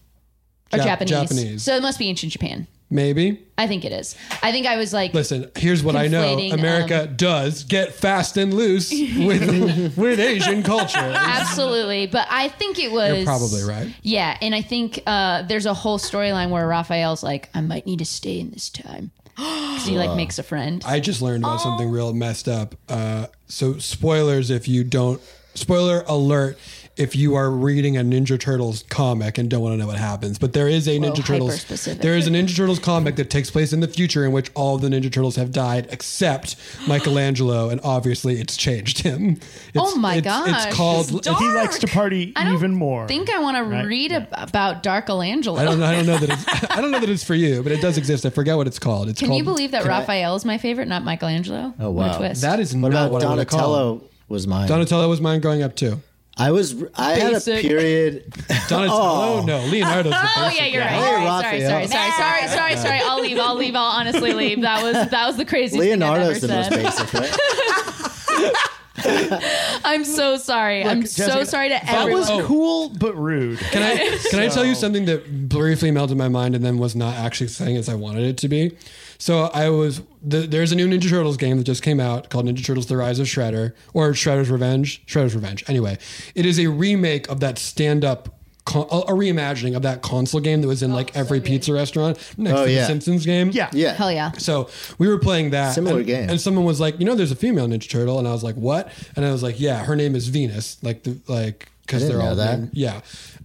Speaker 2: Or
Speaker 3: Jap-
Speaker 2: Japanese.
Speaker 3: Japanese.
Speaker 2: So it must be ancient Japan.
Speaker 3: maybe.
Speaker 2: I think it is. I think I was like,
Speaker 3: Listen, here's what I know:
Speaker 2: Conflating,
Speaker 3: America does get fast and loose with with Asian culture.
Speaker 2: absolutely. But I think it was.
Speaker 3: You're probably right.
Speaker 2: Yeah. And I think uh, there's a whole storyline where Raphael's like, I might need to stay in this time. Because he like makes a friend.
Speaker 3: I just learned
Speaker 2: Oh.
Speaker 3: about something real messed up. Uh, so, spoilers if you don't. Spoiler alert if you are reading a Ninja Turtles comic and don't want to know what happens. But there is a Ninja Turtles.
Speaker 2: hyper-specific.
Speaker 3: There is a Ninja Turtles comic that takes place in the future in which all of the Ninja Turtles have died except Michelangelo, and obviously it's changed him. It's,
Speaker 2: Oh my
Speaker 3: it's,
Speaker 2: gosh.
Speaker 3: It's called.
Speaker 6: He likes to party even more.
Speaker 2: I think I want to read ab- about Darkolangelo.
Speaker 3: I don't, I don't know that it's, I don't know that it's for you, but it does exist. I forget what it's called. It's
Speaker 2: Can
Speaker 3: called,
Speaker 2: you believe that Raphael is my favorite, not Michelangelo?
Speaker 4: Oh,
Speaker 2: What a
Speaker 4: wow.
Speaker 2: twist.
Speaker 3: that is not
Speaker 4: What about
Speaker 3: what I would call it.
Speaker 4: Donatello? Was mine.
Speaker 3: Donatello was mine growing up too.
Speaker 4: I was. I had a
Speaker 2: Basic.
Speaker 4: period.
Speaker 3: Donatello, no, Leonardo's. The
Speaker 2: Oh yeah, you're right. All
Speaker 4: Hey,
Speaker 2: right, sorry, sorry,
Speaker 4: Raphael.
Speaker 2: sorry, sorry, sorry, sorry. I'll leave. I'll leave. I'll honestly leave. That was that was the craziest
Speaker 4: Leonardo's the
Speaker 2: thing I've
Speaker 4: most
Speaker 2: ever said.
Speaker 4: basic, right?
Speaker 2: I'm so sorry. I'm so
Speaker 6: Jessica,
Speaker 2: sorry to
Speaker 6: that
Speaker 2: everyone.
Speaker 6: was cool but rude.
Speaker 3: Can I can I tell you something that briefly melted my mind and then was not actually saying as I wanted it to be? So I was th there's a new Ninja Turtles game that just came out called Ninja Turtles: The Rise of Shredder or Shredder's Revenge. Shredder's Revenge. Anyway, it is a remake of that stand-up. Con- a a reimagining of that console game that was in like every pizza restaurant next
Speaker 4: Oh,
Speaker 3: to the
Speaker 4: yeah.
Speaker 3: Simpsons game.
Speaker 6: Yeah.
Speaker 4: Yeah.
Speaker 2: Hell Oh, yeah.
Speaker 3: So we were playing that
Speaker 4: Similar
Speaker 3: and,
Speaker 4: game.
Speaker 3: and someone was like, "You know, there's a female Ninja Turtle," and I was like, "What?" And I was like, "Yeah, her name is Venus." Like, the, like because they're
Speaker 4: know
Speaker 3: all
Speaker 4: that.
Speaker 3: named- yeah,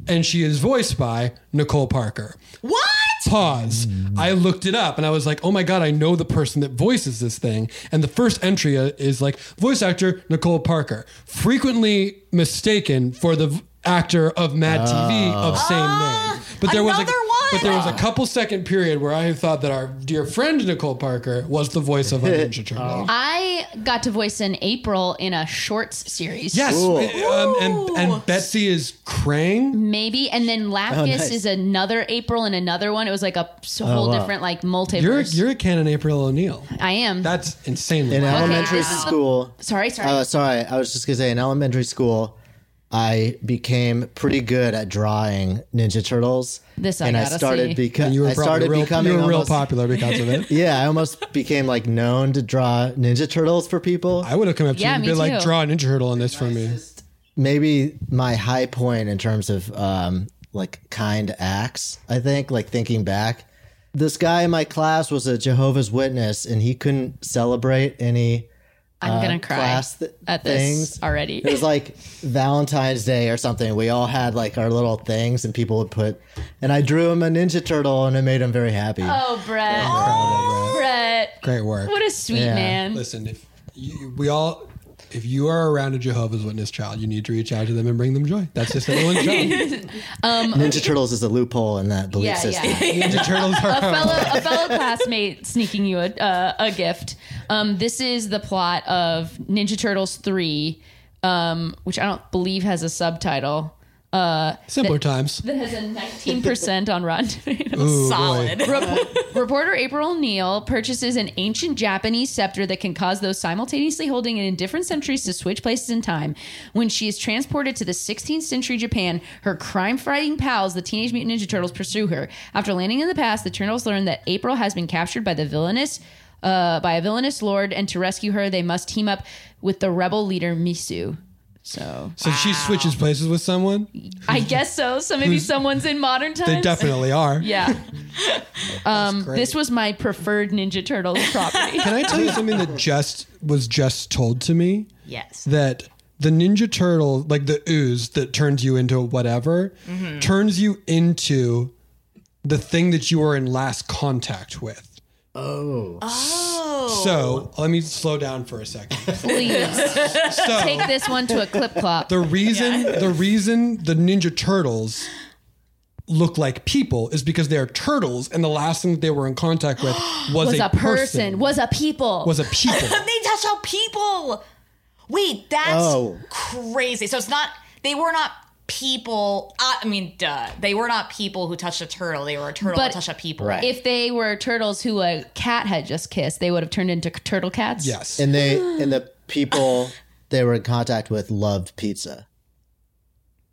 Speaker 3: and she is voiced by Nicole Parker.
Speaker 5: What?
Speaker 3: Pause. I looked it up and I was like, "Oh my god, I know the person that voices this thing." And the first entry uh, is like voice actor Nicole Parker, frequently mistaken for the v- actor of Mad TV of same name. But there was a,
Speaker 5: Ah. another
Speaker 3: but
Speaker 5: one.
Speaker 3: there was a couple second period where I thought that our dear friend Nicole Parker was the voice of a Ninja Turtle.
Speaker 4: Oh,
Speaker 2: I got to voice in April in a shorts series.
Speaker 3: Yes, um, and and Betsy is Krang.
Speaker 2: Maybe and then Lapkus
Speaker 4: Oh, nice. Oh,
Speaker 2: is another April and another one. It was like a s- whole different like multiverse.
Speaker 3: You're you're a canon April O'Neil.
Speaker 2: I am.
Speaker 3: That's insanely.
Speaker 4: In
Speaker 3: wild.
Speaker 4: elementary
Speaker 2: this is the-
Speaker 4: school,
Speaker 2: um, sorry, sorry.
Speaker 4: Uh, sorry, I was just gonna say in elementary school, I became pretty good at drawing Ninja Turtles.
Speaker 2: This I
Speaker 4: and I
Speaker 2: gotta
Speaker 4: started
Speaker 2: see.
Speaker 4: because
Speaker 3: you were
Speaker 4: I
Speaker 3: probably
Speaker 4: started
Speaker 3: real,
Speaker 4: becoming
Speaker 3: you were real
Speaker 4: almost-
Speaker 3: popular because of it.
Speaker 4: Yeah, I almost became like known to draw Ninja Turtles for people.
Speaker 3: I would have come up to
Speaker 2: Yeah,
Speaker 3: you and
Speaker 2: me
Speaker 3: been like,
Speaker 2: too.
Speaker 3: draw a Ninja Turtle on this for me.
Speaker 4: Maybe my high point in terms of um, like kind acts. I think like thinking back, this guy in my class was a Jehovah's Witness, and he couldn't celebrate any
Speaker 2: I'm gonna cry
Speaker 4: uh, class th-
Speaker 2: at this
Speaker 4: things
Speaker 2: already.
Speaker 4: It was like Valentine's Day or something. We all had like our little things, and people would put. And I drew him a Ninja Turtle, and it made him very happy.
Speaker 2: oh, Brett. Oh, Brett.
Speaker 3: Great work.
Speaker 2: What a sweet man.
Speaker 3: Listen, if you, we all, if you are around a Jehovah's Witness child, you need to reach out to them and bring them joy. That's just everyone's job.
Speaker 4: Ninja Turtles is a loophole in that belief
Speaker 2: Yeah,
Speaker 4: system.
Speaker 2: yeah.
Speaker 3: Ninja Turtles are
Speaker 2: fellow, a fellow classmate sneaking you a, uh, a gift. Um, this is the plot of Ninja Turtles 3, um, which I don't believe has a subtitle. Uh,
Speaker 3: simpler times.
Speaker 2: that has a 19% on Rotten Tomatoes.
Speaker 3: Ooh, boy.
Speaker 5: Solid.
Speaker 2: Reporter April O'Neil purchases an ancient Japanese scepter that can cause those simultaneously holding it in different centuries to switch places in time. When she is transported to the 16th century Japan, her crime fighting pals, the Teenage Mutant Ninja Turtles, pursue her. After landing in the past, the Turtles learn that April has been captured by the villainous. Uh, by a villainous lord, and to rescue her, they must team up with the rebel leader Misu. So
Speaker 3: So she switches places with someone.
Speaker 2: I guess so. So maybe someone's in modern times.
Speaker 3: They definitely are.
Speaker 2: Yeah. um, this was my preferred Ninja Turtles property.
Speaker 3: Can I tell you something that just was just told to me?
Speaker 5: Yes.
Speaker 3: That the Ninja Turtle, like the ooze that turns you into whatever, turns you into the thing that you were in last contact with. Oh. So let me slow down for a second.
Speaker 2: Please
Speaker 3: So
Speaker 2: take this one to a clip clop.
Speaker 3: the reason the reason the Ninja Turtles look like people is because they are turtles, and the last thing that they were in contact with was,
Speaker 2: was a person, was a people.
Speaker 3: was a people.
Speaker 5: They touch out people. Wait, that's
Speaker 4: Oh.
Speaker 5: crazy. So it's not they were not people. uh, I I mean, duh, they were not people who touched a turtle. They were a turtle
Speaker 2: But-
Speaker 5: that touched a people.
Speaker 4: Right.
Speaker 2: if they were turtles who a cat had just kissed, they would have turned into turtle cats.
Speaker 3: yes.
Speaker 4: and they and the people they were in contact with loved pizza.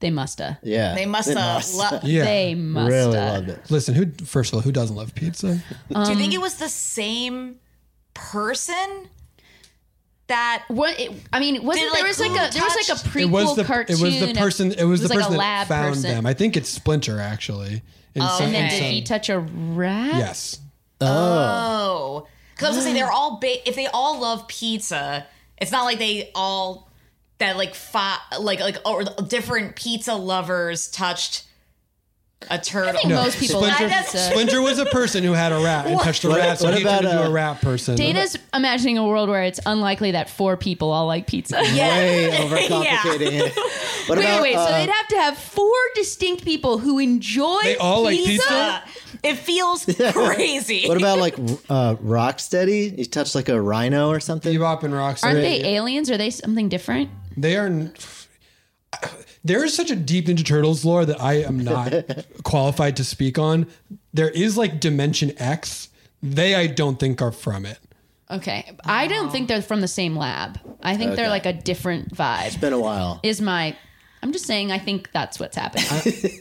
Speaker 2: They musta.
Speaker 4: Yeah,
Speaker 5: They must have. Lo-
Speaker 3: yeah.
Speaker 2: They musta.
Speaker 4: really loved it.
Speaker 3: Listen, who first of all, who doesn't love pizza?
Speaker 2: Um,
Speaker 5: Do you think it was the same person that?
Speaker 2: What it, I mean, wasn't
Speaker 5: Did,
Speaker 2: there
Speaker 5: like,
Speaker 2: was like
Speaker 5: who
Speaker 2: a there was like a
Speaker 5: touched-
Speaker 2: prequel
Speaker 3: It was the
Speaker 2: cartoon.
Speaker 3: it was the
Speaker 2: of-
Speaker 3: person it was, the
Speaker 2: like
Speaker 3: person
Speaker 2: a
Speaker 3: that
Speaker 2: lab
Speaker 3: found
Speaker 2: person. Oh,
Speaker 3: them. I think it's Splinter actually. In some-
Speaker 2: And then
Speaker 3: in
Speaker 2: did
Speaker 3: some-
Speaker 2: he touch a rat?
Speaker 3: Yes.
Speaker 5: Oh, because I was gonna say they're all ba- if they all love pizza, it's not like they all that like fi- like like or different pizza lovers touched a turtle.
Speaker 2: think most people
Speaker 3: Splinter,
Speaker 2: like pizza.
Speaker 3: Splinter was a person who had a rat and touched a rat, so
Speaker 4: what
Speaker 3: he turned
Speaker 4: about,
Speaker 3: into
Speaker 4: uh,
Speaker 3: a rat person.
Speaker 2: Dana's imagining a world where it's unlikely that four people all like pizza.
Speaker 4: Way overcomplicating it. What
Speaker 2: Wait,
Speaker 4: about
Speaker 2: wait, so
Speaker 4: uh,
Speaker 2: they'd have to have four distinct people who enjoy
Speaker 3: They all like pizza?
Speaker 5: Uh, it feels crazy.
Speaker 4: what about like uh, Rocksteady? You touched like a rhino or something.
Speaker 3: Bebop and Rocksteady.
Speaker 2: Aren't they aliens? Are they something different?
Speaker 3: They are. n- There is such a deep Ninja Turtles lore that I am not qualified to speak on. There is like Dimension X. They I don't think are from it.
Speaker 2: Okay. I don't think they're from the same lab. I think they're like a different vibe.
Speaker 4: Been a while.
Speaker 2: Is my I'm just saying I think that's what's happening.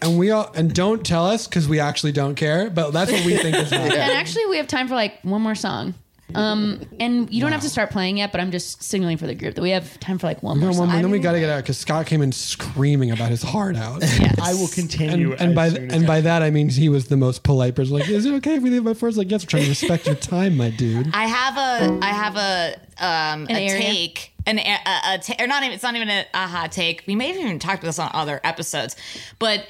Speaker 3: And we all and don't tell us because we actually don't care. But that's what we think is happening.
Speaker 2: And actually we have time for like one more song. Um and you don't have to start playing yet, but I'm just signaling for the group that we have time for like one more
Speaker 3: No,
Speaker 2: song.
Speaker 3: well, then we got to get out because Scott came in screaming about his heart out.
Speaker 6: I will continue.
Speaker 3: And, and by
Speaker 6: as
Speaker 3: th-
Speaker 6: soon as
Speaker 3: and
Speaker 6: I-
Speaker 3: by that I mean he was the most polite person. Like, is it okay if we leave my first? Like, yes, we're trying to respect your time, my dude.
Speaker 5: I have a I have a um a
Speaker 2: area?
Speaker 5: take an a, a, a ta- or not even it's not even a, a hot take. We may have even talked about this on other episodes, but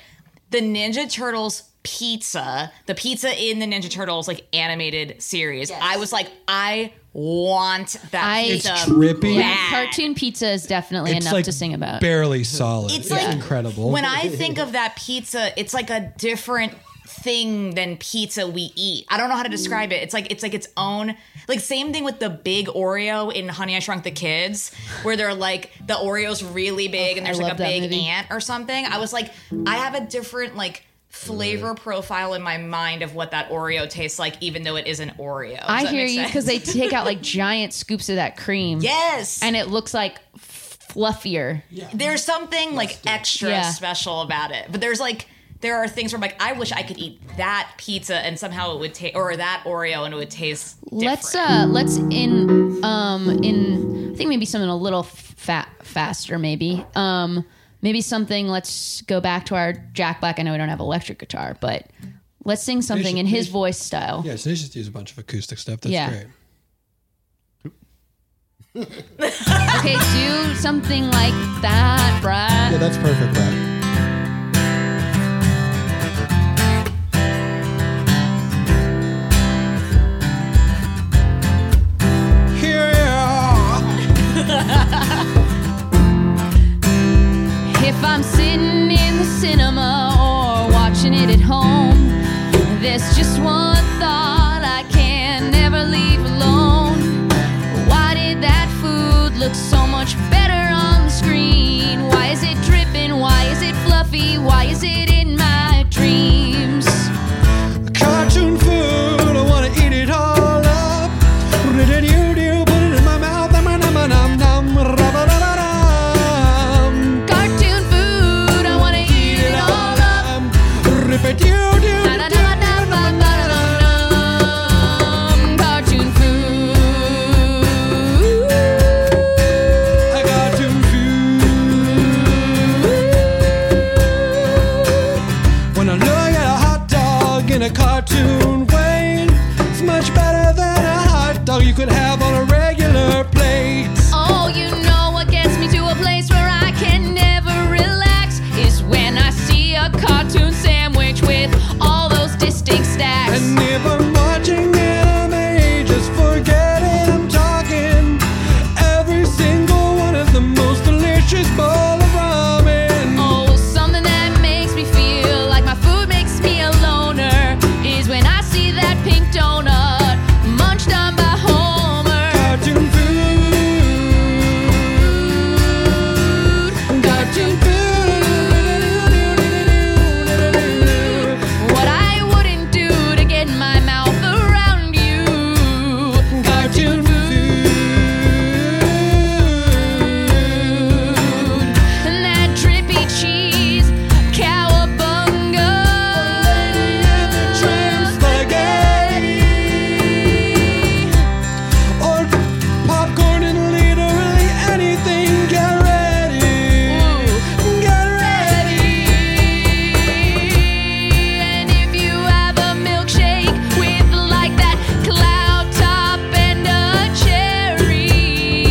Speaker 5: the Ninja Turtles pizza, the pizza in the Ninja Turtles like animated series. I was like, I want that
Speaker 2: I-
Speaker 5: pizza.
Speaker 2: It's
Speaker 3: trippy.
Speaker 2: Yeah,
Speaker 5: bad.
Speaker 2: cartoon pizza is definitely enough to sing about.
Speaker 3: barely solid.
Speaker 5: It's
Speaker 3: It's,
Speaker 5: like-
Speaker 3: incredible.
Speaker 5: When I think of that pizza, it's like a different thing than pizza we eat. I don't know how to describe it. It's like it's like its own like same thing with the big Oreo in Honey I Shrunk the Kids where they're like the Oreo's really big and there's
Speaker 2: I
Speaker 5: like a
Speaker 2: love that
Speaker 5: big
Speaker 2: movie.
Speaker 5: ant or something. I was like I have a different like flavor profile in my mind of what that Oreo tastes like even though it is an Oreo. Does
Speaker 2: I
Speaker 5: that
Speaker 2: hear
Speaker 5: make
Speaker 2: you
Speaker 5: sense?
Speaker 2: because they take out like giant scoops of that cream.
Speaker 5: Yes.
Speaker 2: And it looks like f- fluffier.
Speaker 5: there's something like extra
Speaker 2: Yeah.
Speaker 5: special about it. But there's like there are things where I'm like, I wish I could eat that pizza and somehow it would taste or that Oreo and it would taste.
Speaker 2: Let's uh let's in um in I think maybe something a little fat faster maybe. Um maybe something let's go back to our Jack Black. I know we don't have electric guitar, but let's sing something in his voice style.
Speaker 3: yeah, so they just use a bunch of acoustic stuff. That's
Speaker 2: Yeah.
Speaker 3: great.
Speaker 2: Okay, do something like that, bruh.
Speaker 3: Yeah, that's perfect, Brad. Yeah.
Speaker 2: If I'm sitting in the cinema or watching it at home, there's just one thought I can never leave alone. Why did that food look so much better on the screen? Why is it dripping? Why is it fluffy? Why is it in my dreams?
Speaker 3: Cartoon food, I wanna eat it all up. Do-do-do-do, Put it in my mouth, nom, nom, nom, nom, nom, ra-ba-da-da-dam.
Speaker 2: Cartoon food, I wanna eat it all up.
Speaker 3: Rip-a-doo-doo-doo.
Speaker 2: Cartoon food.
Speaker 3: I got to feel.
Speaker 2: Oh, Oh,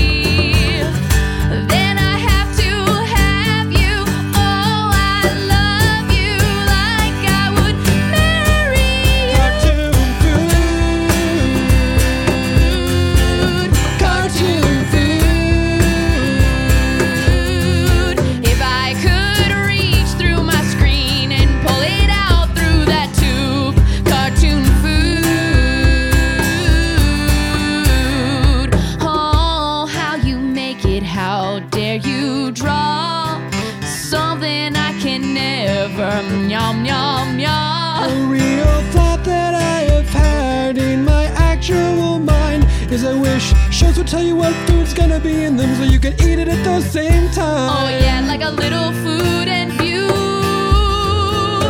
Speaker 2: never. Yum, yum, yum.
Speaker 3: The real thought that I have had in my actual mind is I wish shows would tell you what food's gonna be in them so you can eat it at the same
Speaker 2: Oh,
Speaker 3: time.
Speaker 2: yeah, like a little food and view.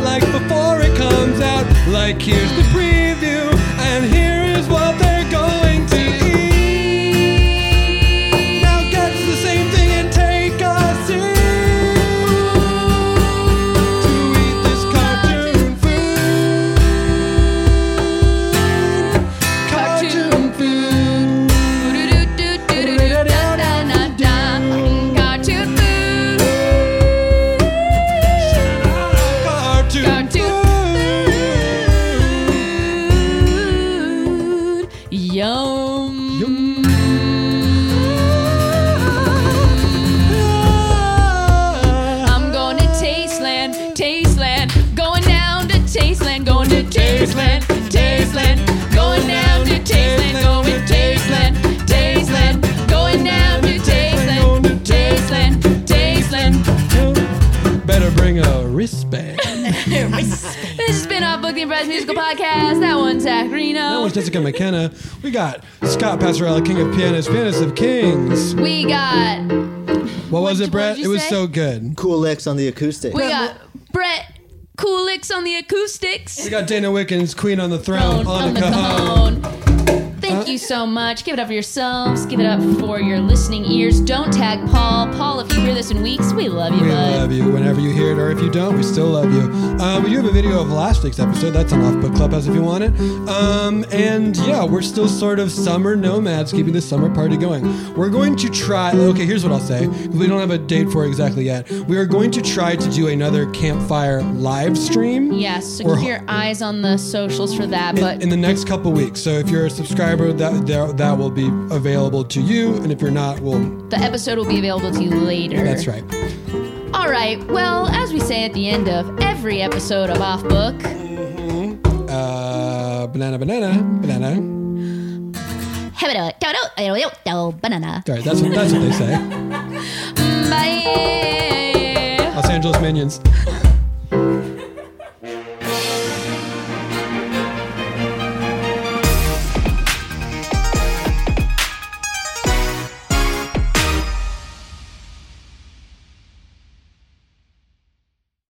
Speaker 3: Like before it comes out, like here's the preview, and here is what they're going to eat. Now get the same thing and take a seat to eat this cartoon food. Cartoon food.
Speaker 2: Do-do-do-do-do-do-da-da-da-da. Cartoon food.
Speaker 3: Cartoon
Speaker 2: Cartoon food. Yum. I'm going to Tasteland, Tasteland, going down to Tasteland, going to Tasteland, Tasteland, going down to Tasteland, going Tasteland, Tasteland, going down to Tasteland, Tasteland, Tasteland.
Speaker 3: Better bring a wristband.
Speaker 2: This has been our Book the Impress Musical Podcast. That one's Zach
Speaker 3: that
Speaker 2: Reno.
Speaker 3: was Jessica McKenna. We got Scott Passarella, King of Pianists, Pianist of Kings.
Speaker 2: We got
Speaker 3: What was
Speaker 2: What'd
Speaker 3: it,
Speaker 2: you-
Speaker 3: Brett?
Speaker 2: what'd you
Speaker 3: It was
Speaker 2: say?
Speaker 3: so good.
Speaker 4: Cool licks on the acoustic.
Speaker 2: we got Brett Coolix on the acoustics.
Speaker 3: We got Dana Wickens, Queen on the Throne, on the cajon.
Speaker 2: cajon. Thank you so much. Give it up for yourselves. Give it up for your listening ears. Don't tag Paul. Paul, if you hear this in weeks, we love you,
Speaker 3: We
Speaker 2: bud.
Speaker 3: love you whenever you hear it, or if you don't, we still love you. Um, we do have a video of last week's episode. That's on Off Book Clubhouse if you want it. Um, and yeah, we're still sort of summer nomads, keeping the summer party going. We're going to try. Okay, here's what I'll say. We don't have a date for it exactly yet. We are going to try to do another campfire live stream.
Speaker 2: Yes, so
Speaker 3: We're-
Speaker 2: keep your eyes on the socials for that. But
Speaker 3: in the next couple weeks. So if you're a subscriber, that that, that will be available to you, and if you're not, well,
Speaker 2: the episode will be available to you later.
Speaker 3: that's right.
Speaker 2: All right. Well, as we say at the end of every episode of Off Book,
Speaker 3: Uh, banana, banana, banana.
Speaker 2: banana.
Speaker 3: All right, that's what that's what they say.
Speaker 2: Bye.
Speaker 3: Los Angeles minions.